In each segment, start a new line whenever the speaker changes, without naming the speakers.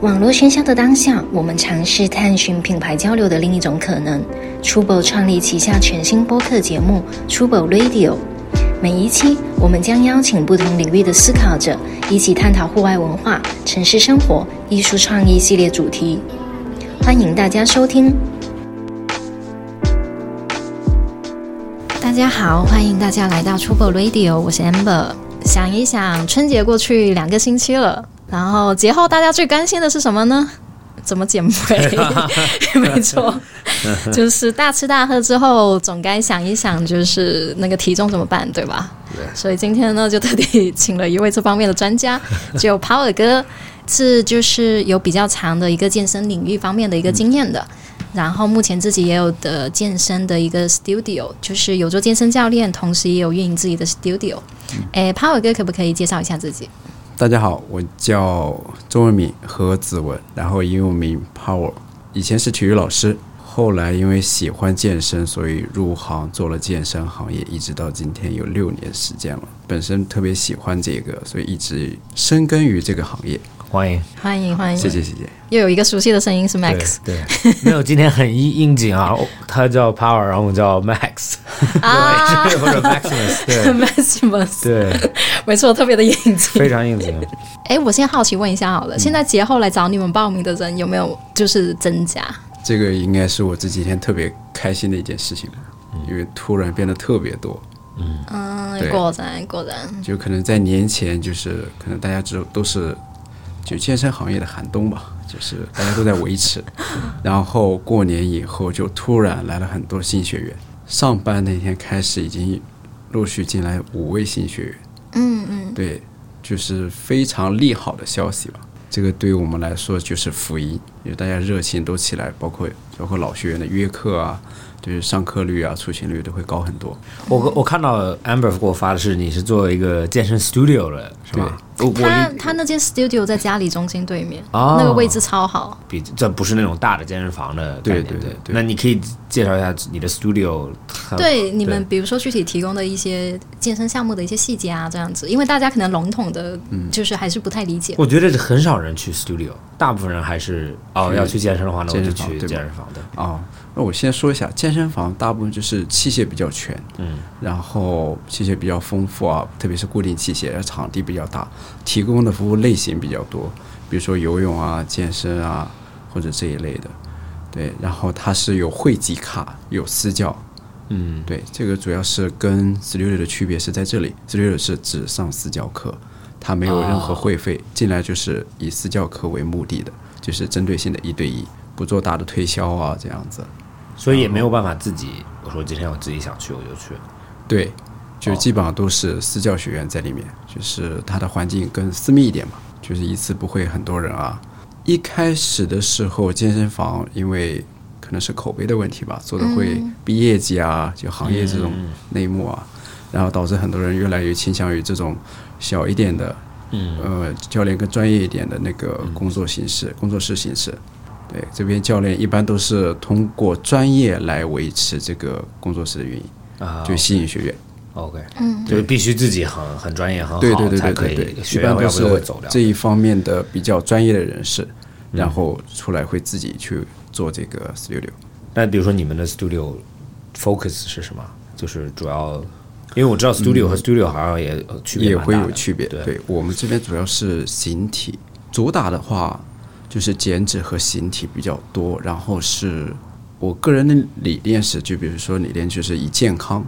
网络喧嚣的当下，我们尝试探寻品牌交流的另一种可能。出宝创立旗下全新播客节目《出宝 Radio》，每一期我们将邀请不同领域的思考者，一起探讨户外文化、城市生活、艺术创意系列主题。欢迎大家收听。大家好，欢迎大家来到出宝 Radio，我是 Amber。想一想，春节过去两个星期了。然后节后大家最关心的是什么呢？怎么减肥？没错，就是大吃大喝之后，总该想一想，就是那个体重怎么办，对吧？
对
所以今天呢，就特地请了一位这方面的专家，就跑尔哥，是就是有比较长的一个健身领域方面的一个经验的。然后目前自己也有的健身的一个 studio，就是有做健身教练，同时也有运营自己的 studio。诶，
嗯
跑尔哥可不可以介绍一下自己？
大家好，我叫周文敏何子文，然后英文名 Power，以前是体育老师，后来因为喜欢健身，所以入行做了健身行业，一直到今天有六年时间了。本身特别喜欢这个，所以一直深耕于这个行业。
欢迎。
欢迎欢迎，
谢谢谢谢，
又有一个熟悉的声音是 Max
对，对没有，今天很应应景啊， 哦他叫 Power，然后我叫 Max，
啊
对，或者 Maximus，对
，Maximus，
对，
没错，特别的应 景。
非常应景。
哎，我先好奇问一下好
嗯
了，现在节后来找你们报名的人有没有就是增加？
这个应该是我这几天特别开心的一件事情吧，因为突然变得特别多。
嗯，
对
果然果然，
就可能在年前，就是可能大家知都是就健身行业的寒冬吧，就是大家都在 维持，然后过年以后就突然来了很多新学员，上班那天开始已经陆续进来五位新学员，
嗯嗯，
对，就是非常利好的消息吧。这个对于我们来说就是福音，因为大家热情都起来，包括包括老学员的约课啊，就是上课率啊、出勤率都会高很多。
我我看到 Amber 给我发的是你是做一个健身 studio 的，是吧？我我
他
理
他那间 studio 在家里中心对面，
哦
那个位置超好。
比这不是那种大的健身房的概
对
念，
对对对
那你可以介绍一下你的 studio，它
啊
对你们，比如说具体提供的一些健身项目的一些细节啊，这样子，因为大家可能笼统的，
嗯
就是还是不太理解。
我觉得很少人去 studio，大部分人还是哦
去
要去健身的话，那我
健
就
身房
去
对吧
健身房的。
哦，那我先说一下，健身房大部分就是器械比较全，
嗯，
然后器械比较丰富啊，特别是固定器械，场地比较大，提供的服务类型比较多，比如说游泳啊、健身啊或者这一类的。对，然后它是有会籍卡，有私教。
嗯，
对，这个主要是跟 Studio 的区别是在这里，Studio 是只上私教课，它没有
哦
任何会费，进来就是以私教课为目的的，就是针对性的一对一，不做大的推销啊这样子。
所
哦
以也没有办法自己，我说今天我自己想去我就去。
对，
哦
就基本上都是私教学员在里面，就是它的环境更私密一点嘛，就是一次不会很多人啊。一开始的时候，健身房因为可能是口碑的问题吧，做的会
嗯
毕业绩啊，就行业这种内幕啊，然后导致很多人越来越倾向于这种小一点的，
嗯，
呃，教练更专业一点的那个工作形式、工作室形式。对，这边教练一般都是通过专业来维持这个工作室的运营，
啊，
就吸引学员。
OK，嗯，就是必须自己很很专业很好
对对对
才
对
可
对
以，
对，
学
一
员
般
要
都
不就会
是
走掉。嗯
这一方面的比较专业的人士，然后出来会自己去做这个 studio。
那比如说你们的 studio focus 是什么？就是主要，因为我知道 studio 和 studio 好像也呃区别
嗯也
蛮
会
大
有
的
区别。
对
我们这边主要是形体，主打的话就是减脂和形体比较多。然后是我个人的理念是，就比如说理念就是以健康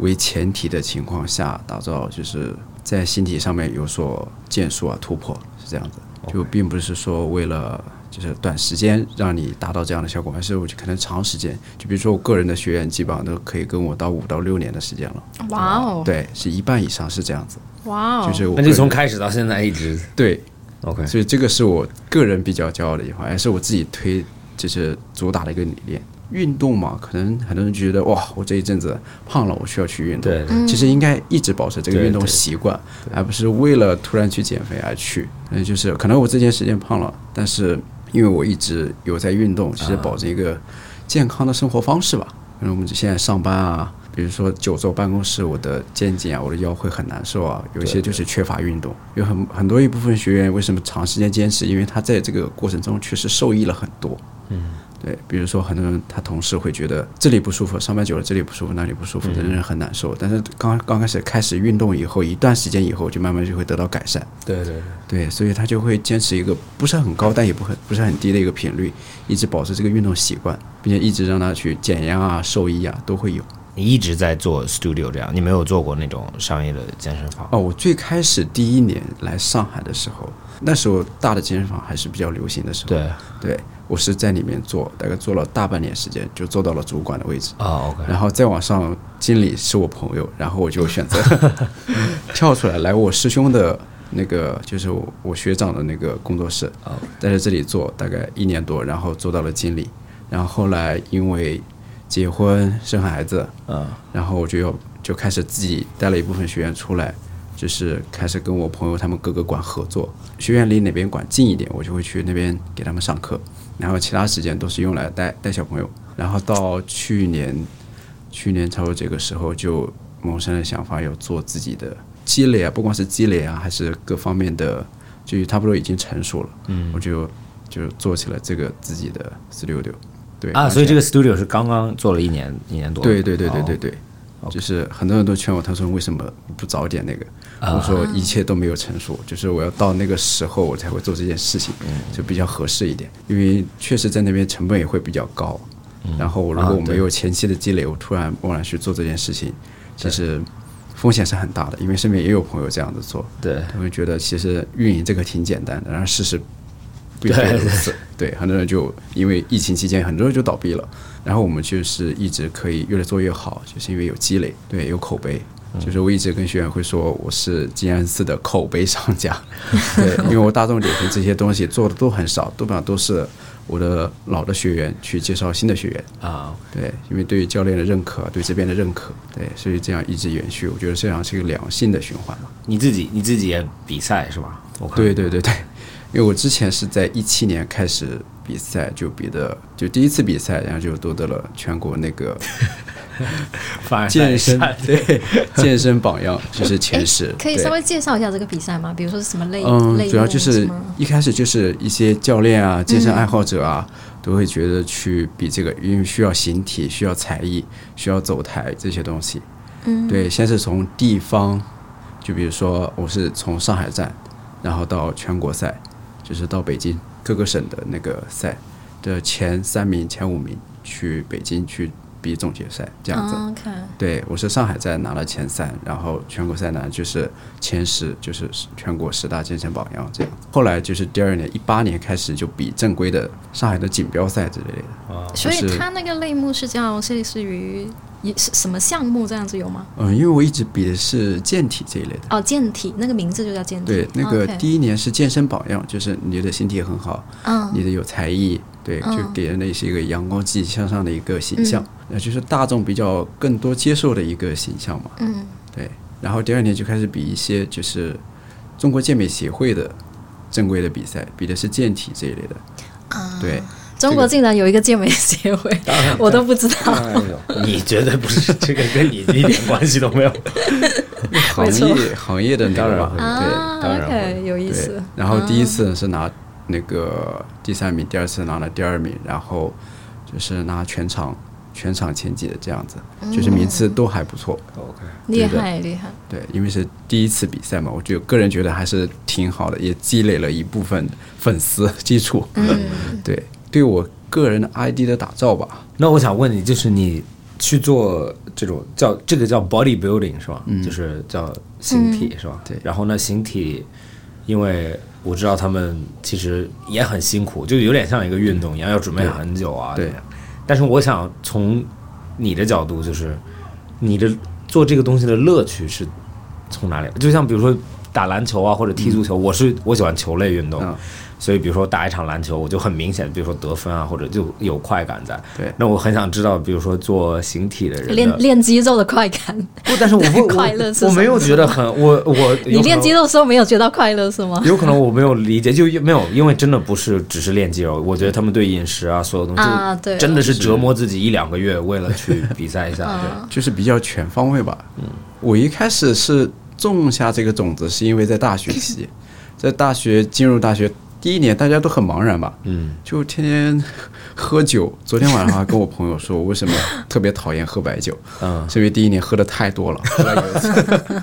为前提的情况下，打造就是在形体上面有所建树啊突破，是这样子。就并不是说为了就是短时间让你达到这样的效果，而是我就可能长时间，就比如说我个人的学员基本上都可以跟我到五到六年的时间了，
哇哦，
对，是一半以上是这样子。
哇哦
就，是我
那就
个人
从开始到现在一直
对，
OK，
所以这个是我个人比较骄傲的一环，也是我自己推就是主打的一个理念。运动嘛，可能很多人就觉得哇，我这一阵子胖了，我需要去运动。
对
其实应该一直保持这个
对
运动
对
习惯，而不是为了突然去减肥而去。嗯，就是可能我这段时间胖了，但是因为我一直有在运动，其实保持一个健康的生活方式吧。可能我们现在上班啊，比如说久坐办公室，我的肩颈啊，我的腰会很难受啊。有一些就是缺乏运动，有很很多一部分学员为什么长时间坚持？因为他在这个过程中确实受益了很多。对，比如说很多人他同事会觉得这里不舒服，上班久了这里不舒服，那里不舒服，真人很难受。但是刚刚开始开始运动以后，一段时间以后，就慢慢就会得到改善。
对对对，
对，所以他就会坚持一个不是很高，但也不很不是很低的一个频率，一直保持这个运动习惯，并且一直让他去减压啊、受益啊，都会有。
你一直在做 studio 这样，你没有做过那种商业的健身房？
哦，我最开始第一年来上海的时候，那时候大的健身房还是比较流行的时候。
对，
对我是在里面做，大概做了大半年时间，就做到了主管的位置。
哦，OK，
然后再往上，经理是我朋友，然后我就选 择跳出来来我师兄的那个，就是我我学长的那个工作室，
哦
在这里做大概一年多，然后做到了经理，然后后来因为结婚生孩子，
嗯，
然后我就要就开始自己带了一部分学员出来，就是开始跟我朋友他们各个馆合作，学员离哪边馆近一点，我就会去那边给他们上课，然后其他时间都是用来带带小朋友。然后到去年，去年差不多这个时候就萌生了想法，要做自己的积累啊，不光是积累啊，还是各方面的，就差不多已经成熟了。嗯，我就就做起了这个自己的四六六。对
啊，
而
所以
且
这个 studio 是刚刚做了一年一年多。
对对对对
哦
对对，就是很多人都劝我，他说为什么不早点那个？
啊
我说一切都没有成熟，就是我要到那个时候我才会做这件事情，
嗯
就比较合适一点。因为确实在那边成本也会比较高，
嗯
然后
啊
如果我没有前期的积累，我突然贸然去做这件事情，其实风险是很大的。因为身边也有朋友这样子做，
对
他们觉得其实运营这个挺简单的，然后事实并非如此。对，很多人就因为疫情期间，很多人就倒闭了。然后我们就是一直可以越做越好，就是因为有积累，对，有口碑。就是我一直跟学员会说，我是静安寺的口碑商家， 对，因为我大众点评这些东西做的都很少，基本上都是我的老的学员去介绍新的学员，
啊，
对，因为对于教练的认可，对这边的认可，对，所以这样一直延续，我觉得这样是一个良性的循环嘛。
你自己你自己也比赛是吧？我看
对对对对，因为我之前是在一七年开始比赛，就比的就第一次比赛，然后就夺得了全国那个
凡尔赛
健身
赛
对健身榜样，就是前十。
可以
对
稍微介绍一下这个比赛吗？比如说是什么类？类
嗯，
目
主要就
什
是
么
一开始就是一些教练啊、健
嗯
身爱好者啊，都会觉得去比这个，因为需要形体、需要才艺、需要走台这些东西。
嗯，
对，先是从地方，就比如说我是从上海站，然后到全国赛，就是到北京各个省的那个赛的前三名、前五名去北京去比总决赛这样子。
o k
对，我是上海站拿了前三，然后全国赛呢就是前十，就是全国十大健身榜样这样。后来就是第二年，一八年开始就比正规的上海的锦标赛之类的。
所
就
以
是
它那个类目是叫类似于一是什么项目这样子有吗？
嗯，因为我一直比的是健体这一类的。
哦，健体那个名字就叫健体。
对，那个
OK
第一年是健身榜样，就是你的身体很好，
嗯
你的有才艺，对，就给人的是一个阳光、积极向上的一个形象，那就是大众比较更多接受的一个形象嘛。
嗯
对，然后第二年就开始比一些就是中国健美协会的正规的比赛，比的是健体这一类的。
啊，
对，
中国竟然有一个健美协会，我都不知道。
哎你绝对不是这个跟你一点关系都没有。
行业行业的那
当
个
然
嘛
会，
啊
对当然会
，OK，有意
对
思。，嗯
然后第一次是拿那个第三名，第二次拿了第二名，然后就是拿全场全场前几的这样子，
嗯
就是名次都还不错。
OK，
厉
对的
害厉害，
对，因为是第一次比赛嘛，我觉得个人觉得还是挺好的，也积累了一部分粉丝 基础。嗯，对，对我个人的 ID 的打造吧，
那我想问你，就是你去做这种叫这个叫 body building 是吧？就是叫形体、是吧？
嗯对
然后呢，形体，因为我知道他们其实也很辛苦，就有点像一个运动一样，要准备很久啊。
对
这样。但是我想从你的角度，就是你的做这个东西的乐趣是从哪里来？就像比如说打篮球啊或者踢足球，我是我喜欢球类运动
嗯，
所以比如说打一场篮球，我就很明显，比如说得分啊，或者就有快感在。
对
那我很想知道，比如说做形体的人的
练练肌肉的快感。
不，但是我 不我
快乐是
我
什
没有觉得很我我
你练肌
肉。
肉的时候没有觉得快乐是 吗？
有可能我没有理解，就没有，因为真的不是只是练肌肉，我觉得他们对饮食啊，所有东西，
啊对
真的是折磨自己一两个月，为了去比赛一下， 对，
就是比较全方位吧。我一开始是种下这个种子，是因为在大学期，在大学进入大学第一年，大家都很茫然吧，
嗯，
就天天喝酒。昨天晚上还跟我朋友说，我为什么特别讨厌喝白酒，
嗯，
是因为第一年喝的太多 了，喝到有一次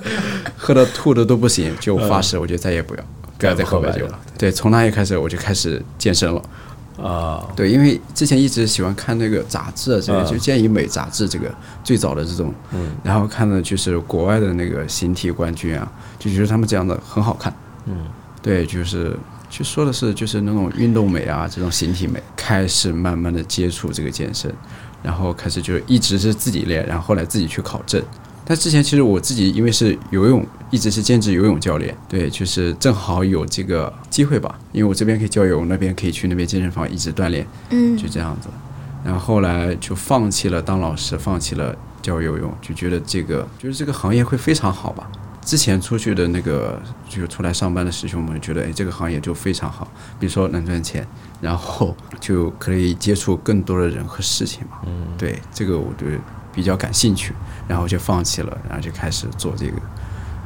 喝的吐的都不行，就发誓，我就再也不要不要嗯再喝白酒了。对，从那一开始我就开始健身了。
啊、
对，因为之前一直喜欢看那个杂志啊，这个、
嗯
就健以美杂志这个最早的这种，嗯，然后看的就是国外的那个形体冠军啊，就觉得他们这样的很好看，
嗯，
对，就是就说的是就是那种运动美啊，这种形体美，开始慢慢的接触这个健身，然后开始就一直是自己练，然后后来自己去考证。但之前其实我自己因为是游泳，一直是兼职游泳教练，对，就是正好有这个机会吧，因为我这边可以教游泳，那边可以去那边健身房一直锻炼，
嗯
就这样子。然后后来就放弃了当老师，放弃了教游泳，就觉得这个就是这个行业会非常好吧。之前出去的那个就是出来上班的师兄们觉得，哎，这个行业就非常好，比如说能赚钱，然后就可以接触更多的人和事情嘛。嗯，对，这个我对比较感兴趣，然后就放弃了，然后就开始做这个。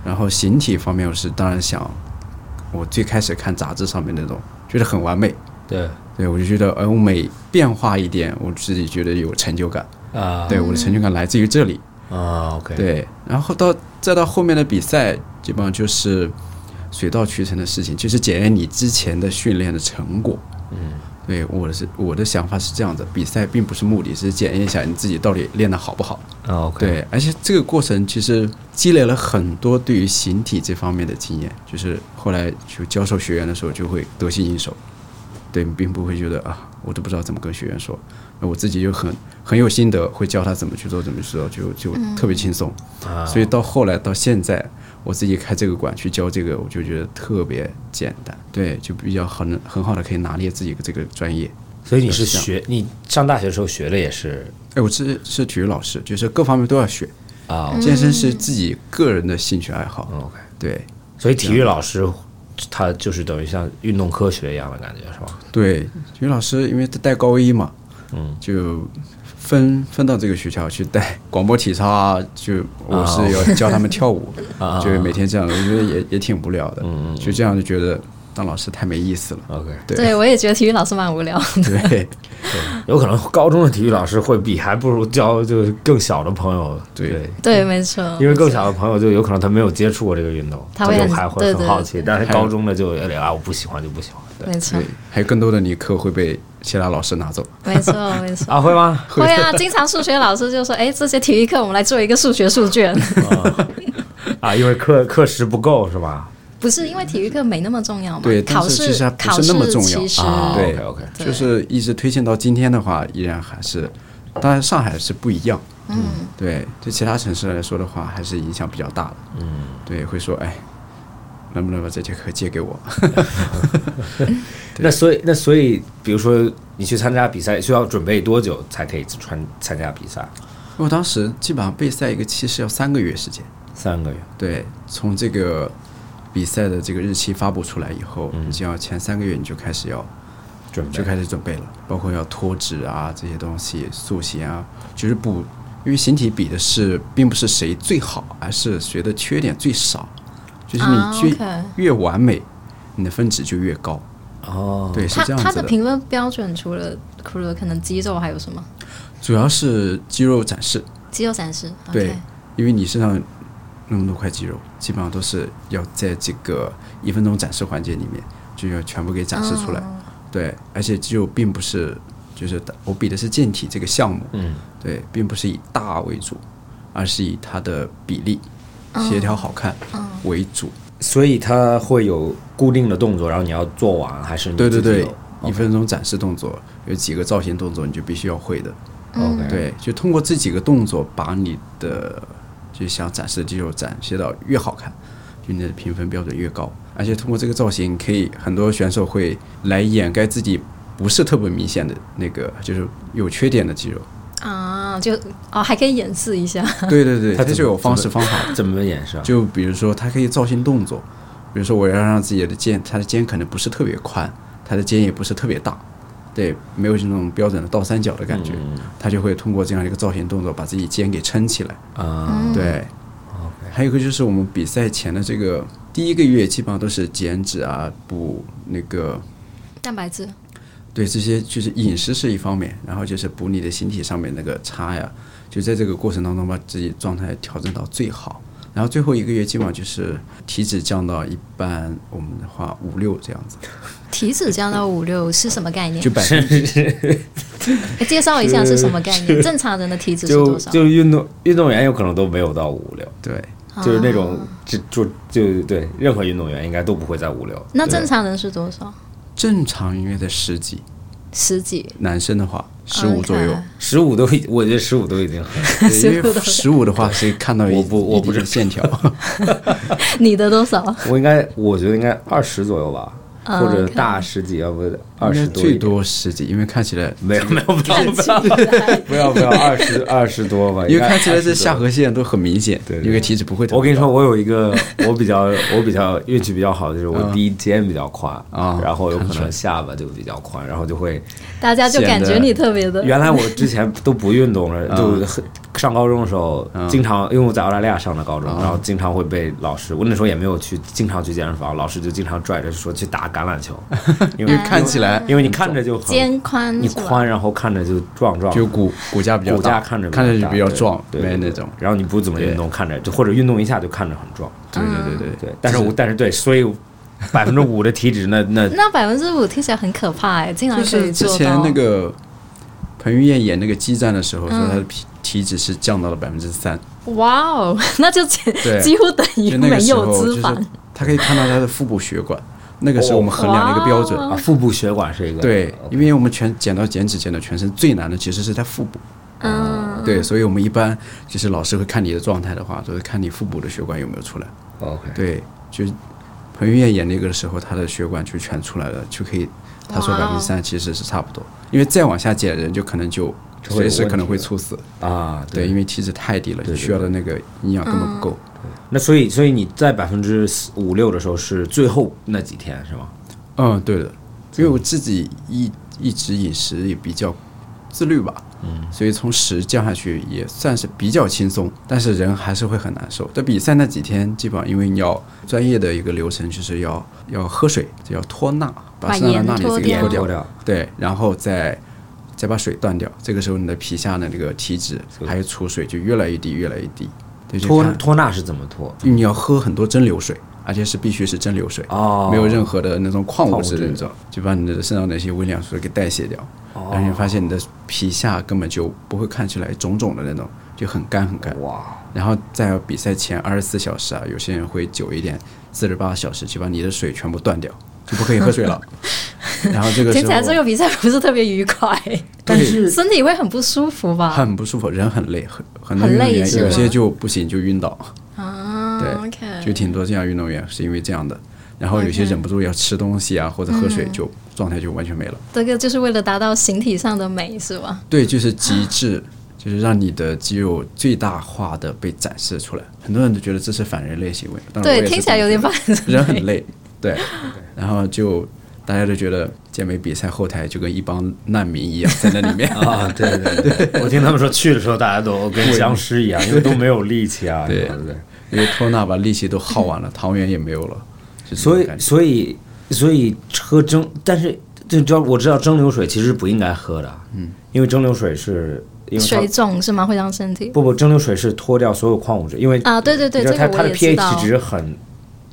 然后形体方面，我是当然想，我最开始看杂志上面那种，觉得很完美，
对，
对，我就觉得，哎，我每变化一点，我自己觉得有成就感。
啊、
对，我的成就感来自于这里。
啊，OK，，
对，然后到再到后面的比赛，基本上就是水到渠成的事情，就是检验你之前的训练的成果。
嗯
对，我的是我的想法是这样的，比赛并不是目的，是检验一下你自己到底练得好不好。
啊，OK，
对，而且这个过程其实积累了很多对于形体这方面的经验，就是后来就教授学员的时候就会得心应手，对，并不会觉得啊，我都不知道怎么跟学员说，那我自己就很很有心得，会教他怎么去做，怎么去做，就就特别轻松。
啊，
所以到后来到现在，我自己开这个馆去教这个，我就觉得特别简单，对，就比较很很好的可以拿捏自己这个专业。
所以你是
是这样
学你上大学的时候学的也是
哎，我是是体育老师，就是各方面都要学。
啊
健身是自己个人的兴趣爱好，
嗯，OK，
对
所以体育老师他就是等于像运动科学一样的感觉是吧？
对，体育老师因为他带高一嘛，
嗯，
就分分到这个学校去带 广播体操啊，就我是要教他们跳 舞，
啊
就每天这样，我觉得也也挺无聊的，嗯嗯就这样就觉得当老师太没意思了，
，OK，
对
对，我也觉得体育老师蛮无聊。
对
有可能高中的体育老师会比还不如教就是更小的朋友，
对
对，没错。
因为更小的朋友就有可能他没有接触过这个运动，
哦他
他
会
就
很
还会
对
很
对
好
对
奇，但是高中的就有点啊，我不喜欢就不喜欢，对，
没错
对，，还有更多的你课会被其他老师拿走，
没错，没错。
啊会吗？
会啊，经常数学老师就说：“哎，这些体育课我们来做一个数学数卷。
啊，因为课课时不够是吧？”
不是因为体育课没那么重要嘛？
对但是
考试
其实还不
考
是
试
那么重要
其实
啊
对
OK，OK
对
就是一直推荐到今天的话，依然还是，当然上海是不一样，嗯，对，对其他城市来说的话，还是影响比较大的，嗯，对，会说哎，能不能把这节课借给我？
那所以那所以，比如说你去参加比赛，需要准备多久才可以参参加比赛？
我当时基本上备赛一个期是要三个月时间，
三个月。
对，从这个比赛的这个日期发布出来以后，你就要前三个月你就开始要
嗯准备
就开始准备了，包括要脱脂啊这些东西，塑形啊，就是补，因为形体比的是并不是谁最好，而是谁的缺点最少，就是你
啊
越、
，OK
越完美，你的分值就越高，
哦，
对，是
他
这样
他
子
的评分标准除了除了可能肌肉还有什么？
主要是肌肉展示，
肌肉展示。
对
OK
因为你身上那么多块肌肉，基本上都是要在这个一分钟展示环节里面就要全部给展示出来。对，而且肌肉并不是，就是我比的是健体这个项目，
嗯，
对，并不是以大为主，而是以它的比例、协调好看为主。
所以它会有固定的动作，然后你要做完，还是你
对对
自己
对
有，哦
一分钟展示动作有几个造型动作你就必须要会的。
嗯
？OK，，
对，就通过这几个动作把你的就想展示的肌肉展示到越好看，因为你的评分标准越高。而且通过这个造型，可以很多选手会来掩盖自己不是特别明显的那个，就是有缺点的肌 肉。
啊，就哦，还可以演示一下。
对对对，
他
它
怎么
就有方式方法。
怎么演示啊？
就比如说，它可以造型动作，比如说我要让自己的肩，它的肩可能不是特别宽，它的肩也不是特别大，对，没有那种标准的倒三角的感觉，
嗯
它就会通过这样一个造型动作把自己肩给撑起来。
嗯
啊，
对，还有一个就是我们比赛前的这个第一个月，基本上都是减脂啊，补那个。
蛋白质，
对，这些就是饮食是一方面，然后就是补你的形体上面那个差呀，就在这个过程当中把自己状态调整到最好。然后最后一个月基本上就是体脂降到一般我们的话五六这 样子，
体脂降到五六是什么概念
就？百分之
哎 介绍一下是什么概念？正常人的体脂是
就
多少？
就运动运动员有可能都没有到五六，
对
就是那
啊
种就就就对，任何运动员应该都不会在五六。
那正常人是多少？
正常应该在十几，
十几，常
男生的话十五左右。
十五都已，我觉得十五都已经很
对因为十五的话是看到一
我不
一
我不
定的
知
线条，
你的多少？
我应该，我觉得应该二十左右吧，
啊
或者大十几，要不二
应
十
该
一
最
点。
多十几，因为看起来
没有没有不要不要不要不要二十二十多吧，
因
呃应
为
该
看起来这下
20
颌线都很明显，
对对
因为体脂不会特
多。我
别
跟你说，我有一个我 比较我比较运气比较好的就是我第一肩比较宽
啊
然后有可
看出
能
来
下巴就比较宽，然后就会
大家就感觉你特别的，
原来我之前都不运 动
嗯
了，就很上高中的时候，经常因为我在澳大利亚上的高中，
嗯
然后经常会被老师，我那时候也没有去，经常去健身房，老师就经常拽着说去打橄 榄球，因
嗯
为
因为看起来
因为你看着就很
肩宽
你
是吧
宽，然后看着就壮壮
嗯
的，
就骨骨架比较
骨架
大，
看着
看着就
大
比较
对
壮，
对
没
对
那
对
种。
然后你不怎么运动，看着就或者运动一下就看着很壮，
对对对对
嗯对。但是我但是对，所以百分之五的体脂，那那
那百分之五听起来很可怕哎，竟然
就
可以
是之
做
前
到嗯
那。个彭于晏演那个激战的时候，说他的体体脂是降到了百分之三，
哇哦， 那就几
对
几乎等于
就那个
没
时
有
候就
脂
是
肪。
他可以看到他的腹部血管，那个是我们衡量的一个标准。
哇
啊腹部血管是一个哦
对，因为我们全减到减脂减到全身最难的其实是在腹部，
嗯，
对，所以我们一般就是老师会看你的状态的话，都是看你腹部的血管有没有出来。
OK
对，就是彭于晏演那个的时候，他的血管就全出来了，就可以。他说
哇
百
哦
分之三其实是差不多，因为再往下减人就可能就
就会
随
有
时
问
可能
题
会
了
猝死。
啊，
对，因为体脂太低了，
对
你需要的那个营养根本不够。
那所以，所以你在百分之五六的时候是最后那几天是吗？
嗯，对的，因为我自己一一直饮食也比较自律吧，嗯，所以从十降下去也算是比较轻松，但是人还是会很难受。在比赛那几天，基本上因为你要专业的一个流程，就是要要喝水，就要脱钠，
把
身上
盐
的钠离
脱
子给
掉
脱
脱
掉，
掉
对，然后再再把水断掉。这个时候你的皮下的那个体脂还有储水就越来越低，越来越低。对，就
脱
看
脱钠是怎么脱？
你要喝很多蒸馏水，而且是必须是蒸馏水，
哦
没有任何的那种矿物质
矿物质
的那种，就把你的身上那些微量素给代谢掉。然后你发现你的皮下根本就不会看起来肿肿的那种，就很干很干。
哇，
然后在比赛前二十四小时啊，有些人会久一点，四十八小时就把你的水全部断掉，就不可以喝水了。然后这个时
听起来
候
这个比赛不是特别愉快，
但是
身体会很不舒服吧？
很不舒服，人很累，很很多
很
运动
累
员
是
有
吗
些就不行就晕倒。
啊
对就
，OK，
挺多这样运动员是因为这样的，然后有些忍不住要吃东西啊，或者喝
嗯
水就，状态就完全没了。
这个就是为了达到形体上的美是吧？
对，就是极致，就是让你的肌肉最大化的被展示出来。很多人都觉得这是反人类行为，当然我
对，
也是
听起来有点
这
反
么觉得
人
人很累， 对，然后就大家都觉得健美比赛后台就跟一帮难民一样在那 里面
啊，对对 对，我听他们说去的时候大家都跟僵尸一样，因为都没有力气啊，
对
对不对？
因为托纳把力气都耗完
嗯
了，糖原也没有了，就这种
所以
感觉
所以所以喝蒸，但是就知道我知道蒸馏水其实不应该喝的，嗯，因为蒸馏水是因为它
水肿是吗？会让身体
不不蒸馏水是脱掉所有矿物质，因为
啊，对对对，
你知
这
道它
个我
它的
也知道
pH，值很，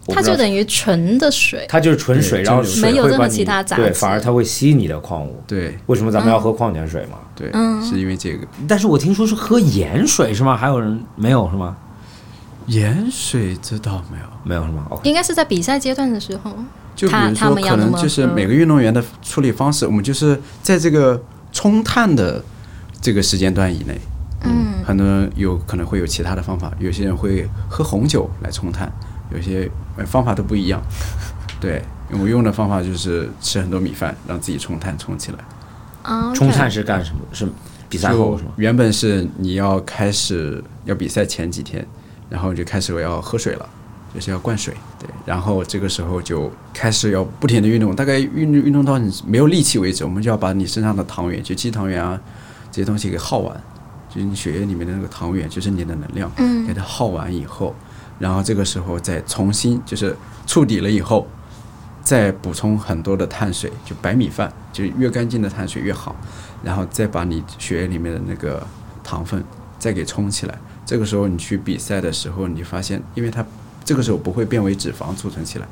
我不
它
知道
就等于纯的水，
它就是纯水，
对
然后
蒸馏
水
没有
会
任
把
何其
你
他杂
对，
质
反而它会吸你的矿物。
对
为什么咱们要喝矿泉水嘛？
对，
嗯
是因为这个
嗯但是我听说是喝盐水是吗？还有人没有是吗？
盐水知道没有？
没有是吗？OK，哦
应该是在比赛阶段的时候，
就比
他
如
他
说，
们要
可
那
能
么嗯
就是
喝
每个运动员的处理方式，我们就是在这个冲碳的这个时间段以内，嗯嗯，很多人有可能会有其他的方法，有些人会喝红酒来冲碳，有些呃方法都不一样。 对，我用的方法就是吃很多米饭，让自己冲碳冲起来。
啊，
冲碳是干什么？是比赛后
就是
吗？
原本是你要开始要比赛前几天，然后你就开始要喝水了，就是要灌水。对，然后这个时候就开始要不停的运动，大概运运动到你没有力气为止，我们就要把你身上的糖原、血肌糖原啊这些东西给耗完，就是你血液里面的那个糖原，就是你的能量，
嗯
给它耗完以后，然后这个时候再重新就是触底了以后，再补充很多的碳水，就白米饭，就越干净的碳水越好，然后再把你血液里面的那个糖分再给冲起来。这个时候你去比赛的时候，你就发现，因为它这个时候不会变为脂肪储存起来，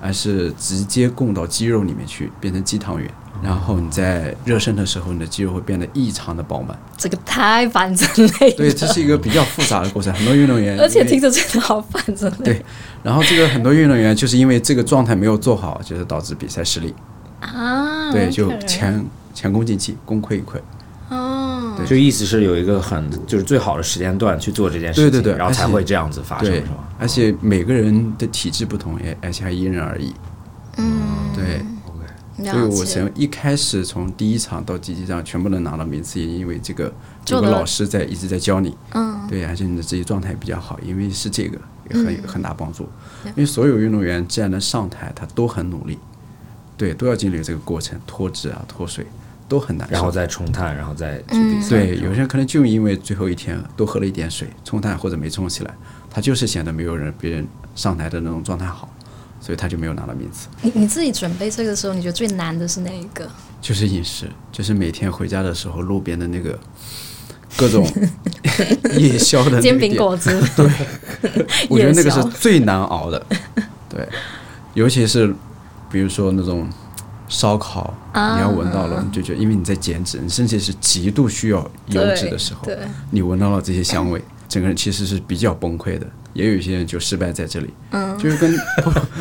而是直接供到肌肉里面去，变成肌糖原。
嗯
然后你在热身的时候，你的肌肉会变得异常的 饱满。
这个太反人类
对，
了，
这是一个比较复杂的过程，很多运动员
而且
因为
听着真的好反人类。
对，然后这个很多运动员就是因为这个状态没有做好，就是导致比赛失利，
啊，
对，就
OK
前前功尽弃，功亏一篑。
哦，
对
就意思是有一个很就是最好的时间段去做这件事情，
对对对
然后才
而且
会这样子发生，
对
哎是吗？，
而且每个人的体质不同，也而且还因人而异。
嗯，
对，所以
了
我
解。
从一开始从第一场到第几场全部能拿到名次，也因为这个有
做
个
得
老师在一直在教你。
嗯，
对，而且你的职业状态比较好，因为是这个也很、有很大帮助。
对
因为所有运动员既然能上台，他都很努力，对，都要经历这个过程，脱脂啊、脱水都很难受。
然后再冲碳，然后再去比
嗯
赛。
对，有些人可能就因为最后一天多喝了一点水，冲碳或者没冲起来，他就是显得没有人别人上台的那种状态好，所以他就没有拿到名次。
你你自己准备这个的时候，你觉得最难的是哪一 个？
就是饮食，就是每天回家的时候，路边的那个 各种夜宵的那个
煎饼
店
果 子， 哦
我觉得那个是
夜宵
最难 熬的，对，尤其是比如说那种烧烤，
啊
你要闻到了，你就觉得，因为你在减脂，你身体是极度需要油脂的时候
对对，
你闻到了这些香味，整个人其实是比较崩溃的。也有一些人就失败在这里，嗯，就是跟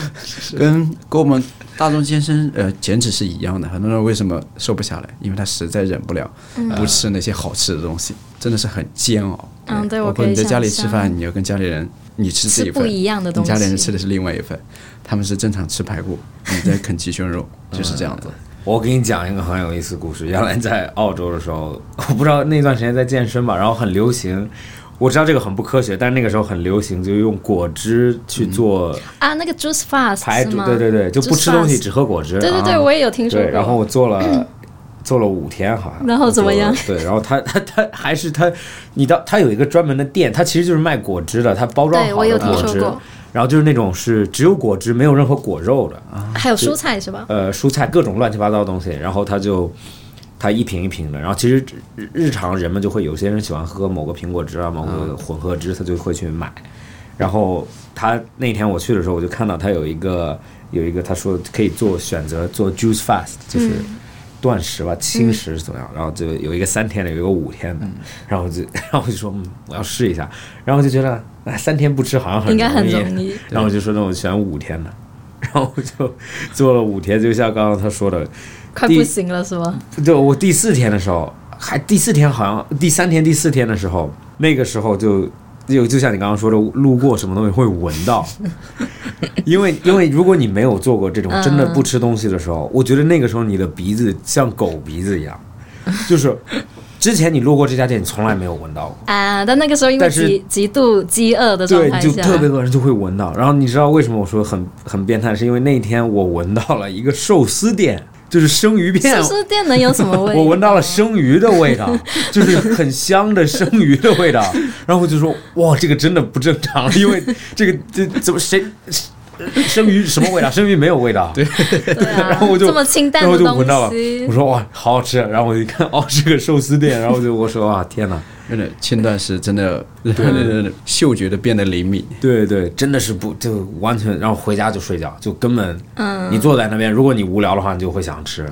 跟跟我们大众健身呃减脂是一样的。很多人为什么瘦不下来？因为他实在忍不了不吃那些好吃的东西，真的是很煎熬。
嗯对我
包
可
括
以
你在家里
想
吃
象
饭，你要跟家里人，你吃这
吃
一份
不一样的
你
东
家里人
西
吃的是另外一份，他们是正常 吃排骨，你在啃鸡胸肉，就是这样子。
嗯
我给你讲一个很有意思的故事。原来在澳洲的时候， 我不知道那段时间在健身吧，然后很流行。我知道这个很不科学，但那个时候很流行，就用果汁去做
啊，那个 juice fast
排
是
毒。
吗？
对对对，就不
Juice
吃东西，
fast
只喝果汁。
对对对，
啊
我也有听说
对，
过。
然 后我做了做了五天，好像。
然后怎么样
我做了？ 对，然后他他他还是他，你到他有一个专门的店，他其实就是卖果汁的，他包装
对
好
我有
的
听
果
说
汁
过，
然后就是那种是只有果汁没有任何果肉的，
还有蔬菜是吧？
呃，蔬菜各种乱七八糟的东西，然后他就。他一瓶一瓶的，然后其实日日常人们就会有些人喜欢喝某个苹果汁啊，某个混合汁，他就会去买。然后他那天我去的时候，我就看到他有一个有一个他说可以做选择做 juice fast，就是断食
嗯
吧，轻食是怎么样？然后就有一个三天的，有一个五天的，然后我就 然后我就说嗯，我要试一下，然后我就觉得哎，三天不吃好像很
应该很
容
容易
然后我就说那我选五天的， 然后我就做了五天，就像刚刚他说的，
快
第
不行了是吧？
就我第四天的时候，还第四天好像第三天第四天的时候，那个时候就就就像你刚刚说的，路过什么东西会闻 到，因为因为如果你没有做过这种真的不吃东西的时候，我觉得那个时候你的鼻子像狗鼻子 一样，就是之前你路过这家店，你从来没有闻到过。
啊，但那个时候因为
但是
极极度饥饿的 状
对，
态
就
下，
特别恶心，就会闻到。然后你知道为什么我说很很变态，是因为那一天我闻到了一个寿司店，就是生鱼片，
寿司店能有什么味？
我闻到了生鱼的 味道，就是很香的生鱼的味道。然后我就说，哇，这个真的不正 常，因为这个这怎么谁？生鱼什么味 道？生鱼没有味道。对，
对啊，
然后我就
这么清淡
然后
的
就闻
东
到了，
西
我，说哇，好好吃。然后我一看，哦，是个寿司店。然后我就我说哇，天哪，
真的，轻断食真的让嗅觉的变得灵敏。
对对，真的是不就完全，然后回家就睡觉，就根本，嗯，你坐在那边，如果你无聊的话，你就会想吃，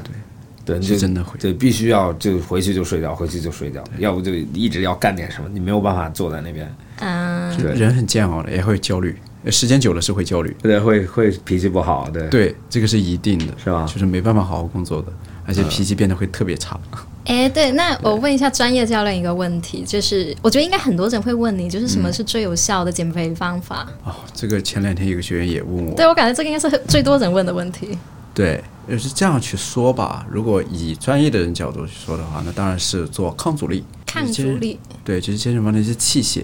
对，对，你就是
真的会
对，必须要就回去就睡觉，回去就睡觉，要不就一直要干点什么，你没有办法坐在那边，
嗯，
对
人很煎熬的，也会焦虑，呃时间久了是会焦虑。
对，会会脾气不好，对，
对，这个是一定的，
是吧嗯
就是没办法好好工作的，而且脾气变得会特别差。
哎，对，那我问一下专业教练一个问题，就是我觉得应该很多人会问你，就是什么是最有效的减肥方法？
哦，这个前两天有个学员也问我，
对我感觉这个应该是最多人问的问题。
对，也是这样去说吧。如果以专业的人角度去说的话，那当然是做抗阻力，
抗
就是
阻
健
力
对，就是健身房的一些器械。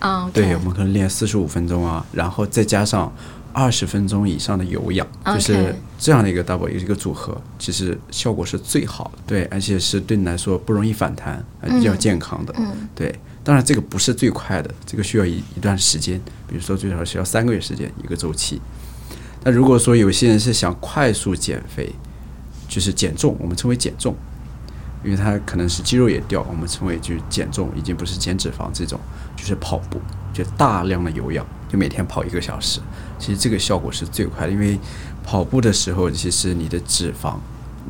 啊，
对，我们可能练四十五分钟啊，然后再加上二十分钟以上的有氧，就
OK
是这样的一个 double 一个组合，其实效果是最好的。对，而且是对你来说不容易反弹，呃比较健康的。
嗯
对，当然这个不是最快的，这个需要一一段时间，比如说最少需要三个月时间一个周期。那如果说有些人是想快速减肥，就是减重，我们称为减重，因为它可能是肌肉也掉，我们称为就是减重，已经不是减脂肪这种，就是跑步，就大量的有氧，就每天跑一个小时。其实这个效果是最快的，因为跑步的时候，其实你的脂肪，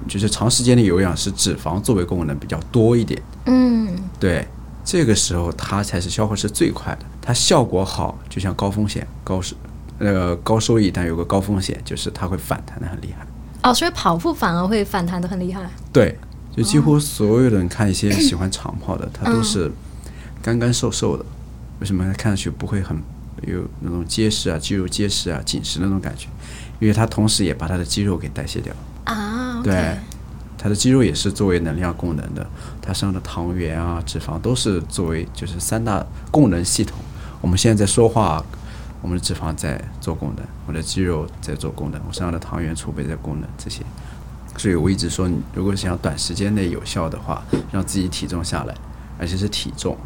就是长时间的有氧是脂肪作为功能比较多一点，
嗯，
对，这个时候它才是消耗是最快的，它效果好，就像高风险高收，呃高收益，但有个高风险，就是它会反弹的很厉害。
哦，所以跑步反而会反弹的很厉害。
对，就几乎所有的人看一些喜欢长跑的，他都是干干瘦瘦的，为什么看上去不会很有那种结实啊、肌肉结实啊、紧实的那种感觉？因为他同时也把他的肌肉给代谢掉了。
啊，OK，
对，它的肌肉也是作为能量功能的，它身上的糖原啊、脂肪都是作为就是三大供能系统。我们现在在说话，我们的脂肪在做功能，我的肌肉在做功能，我身上的糖原储备在功能这些。所以我一直说，你如果想要短时间内有效的话，让自己体重下来，而且是体重，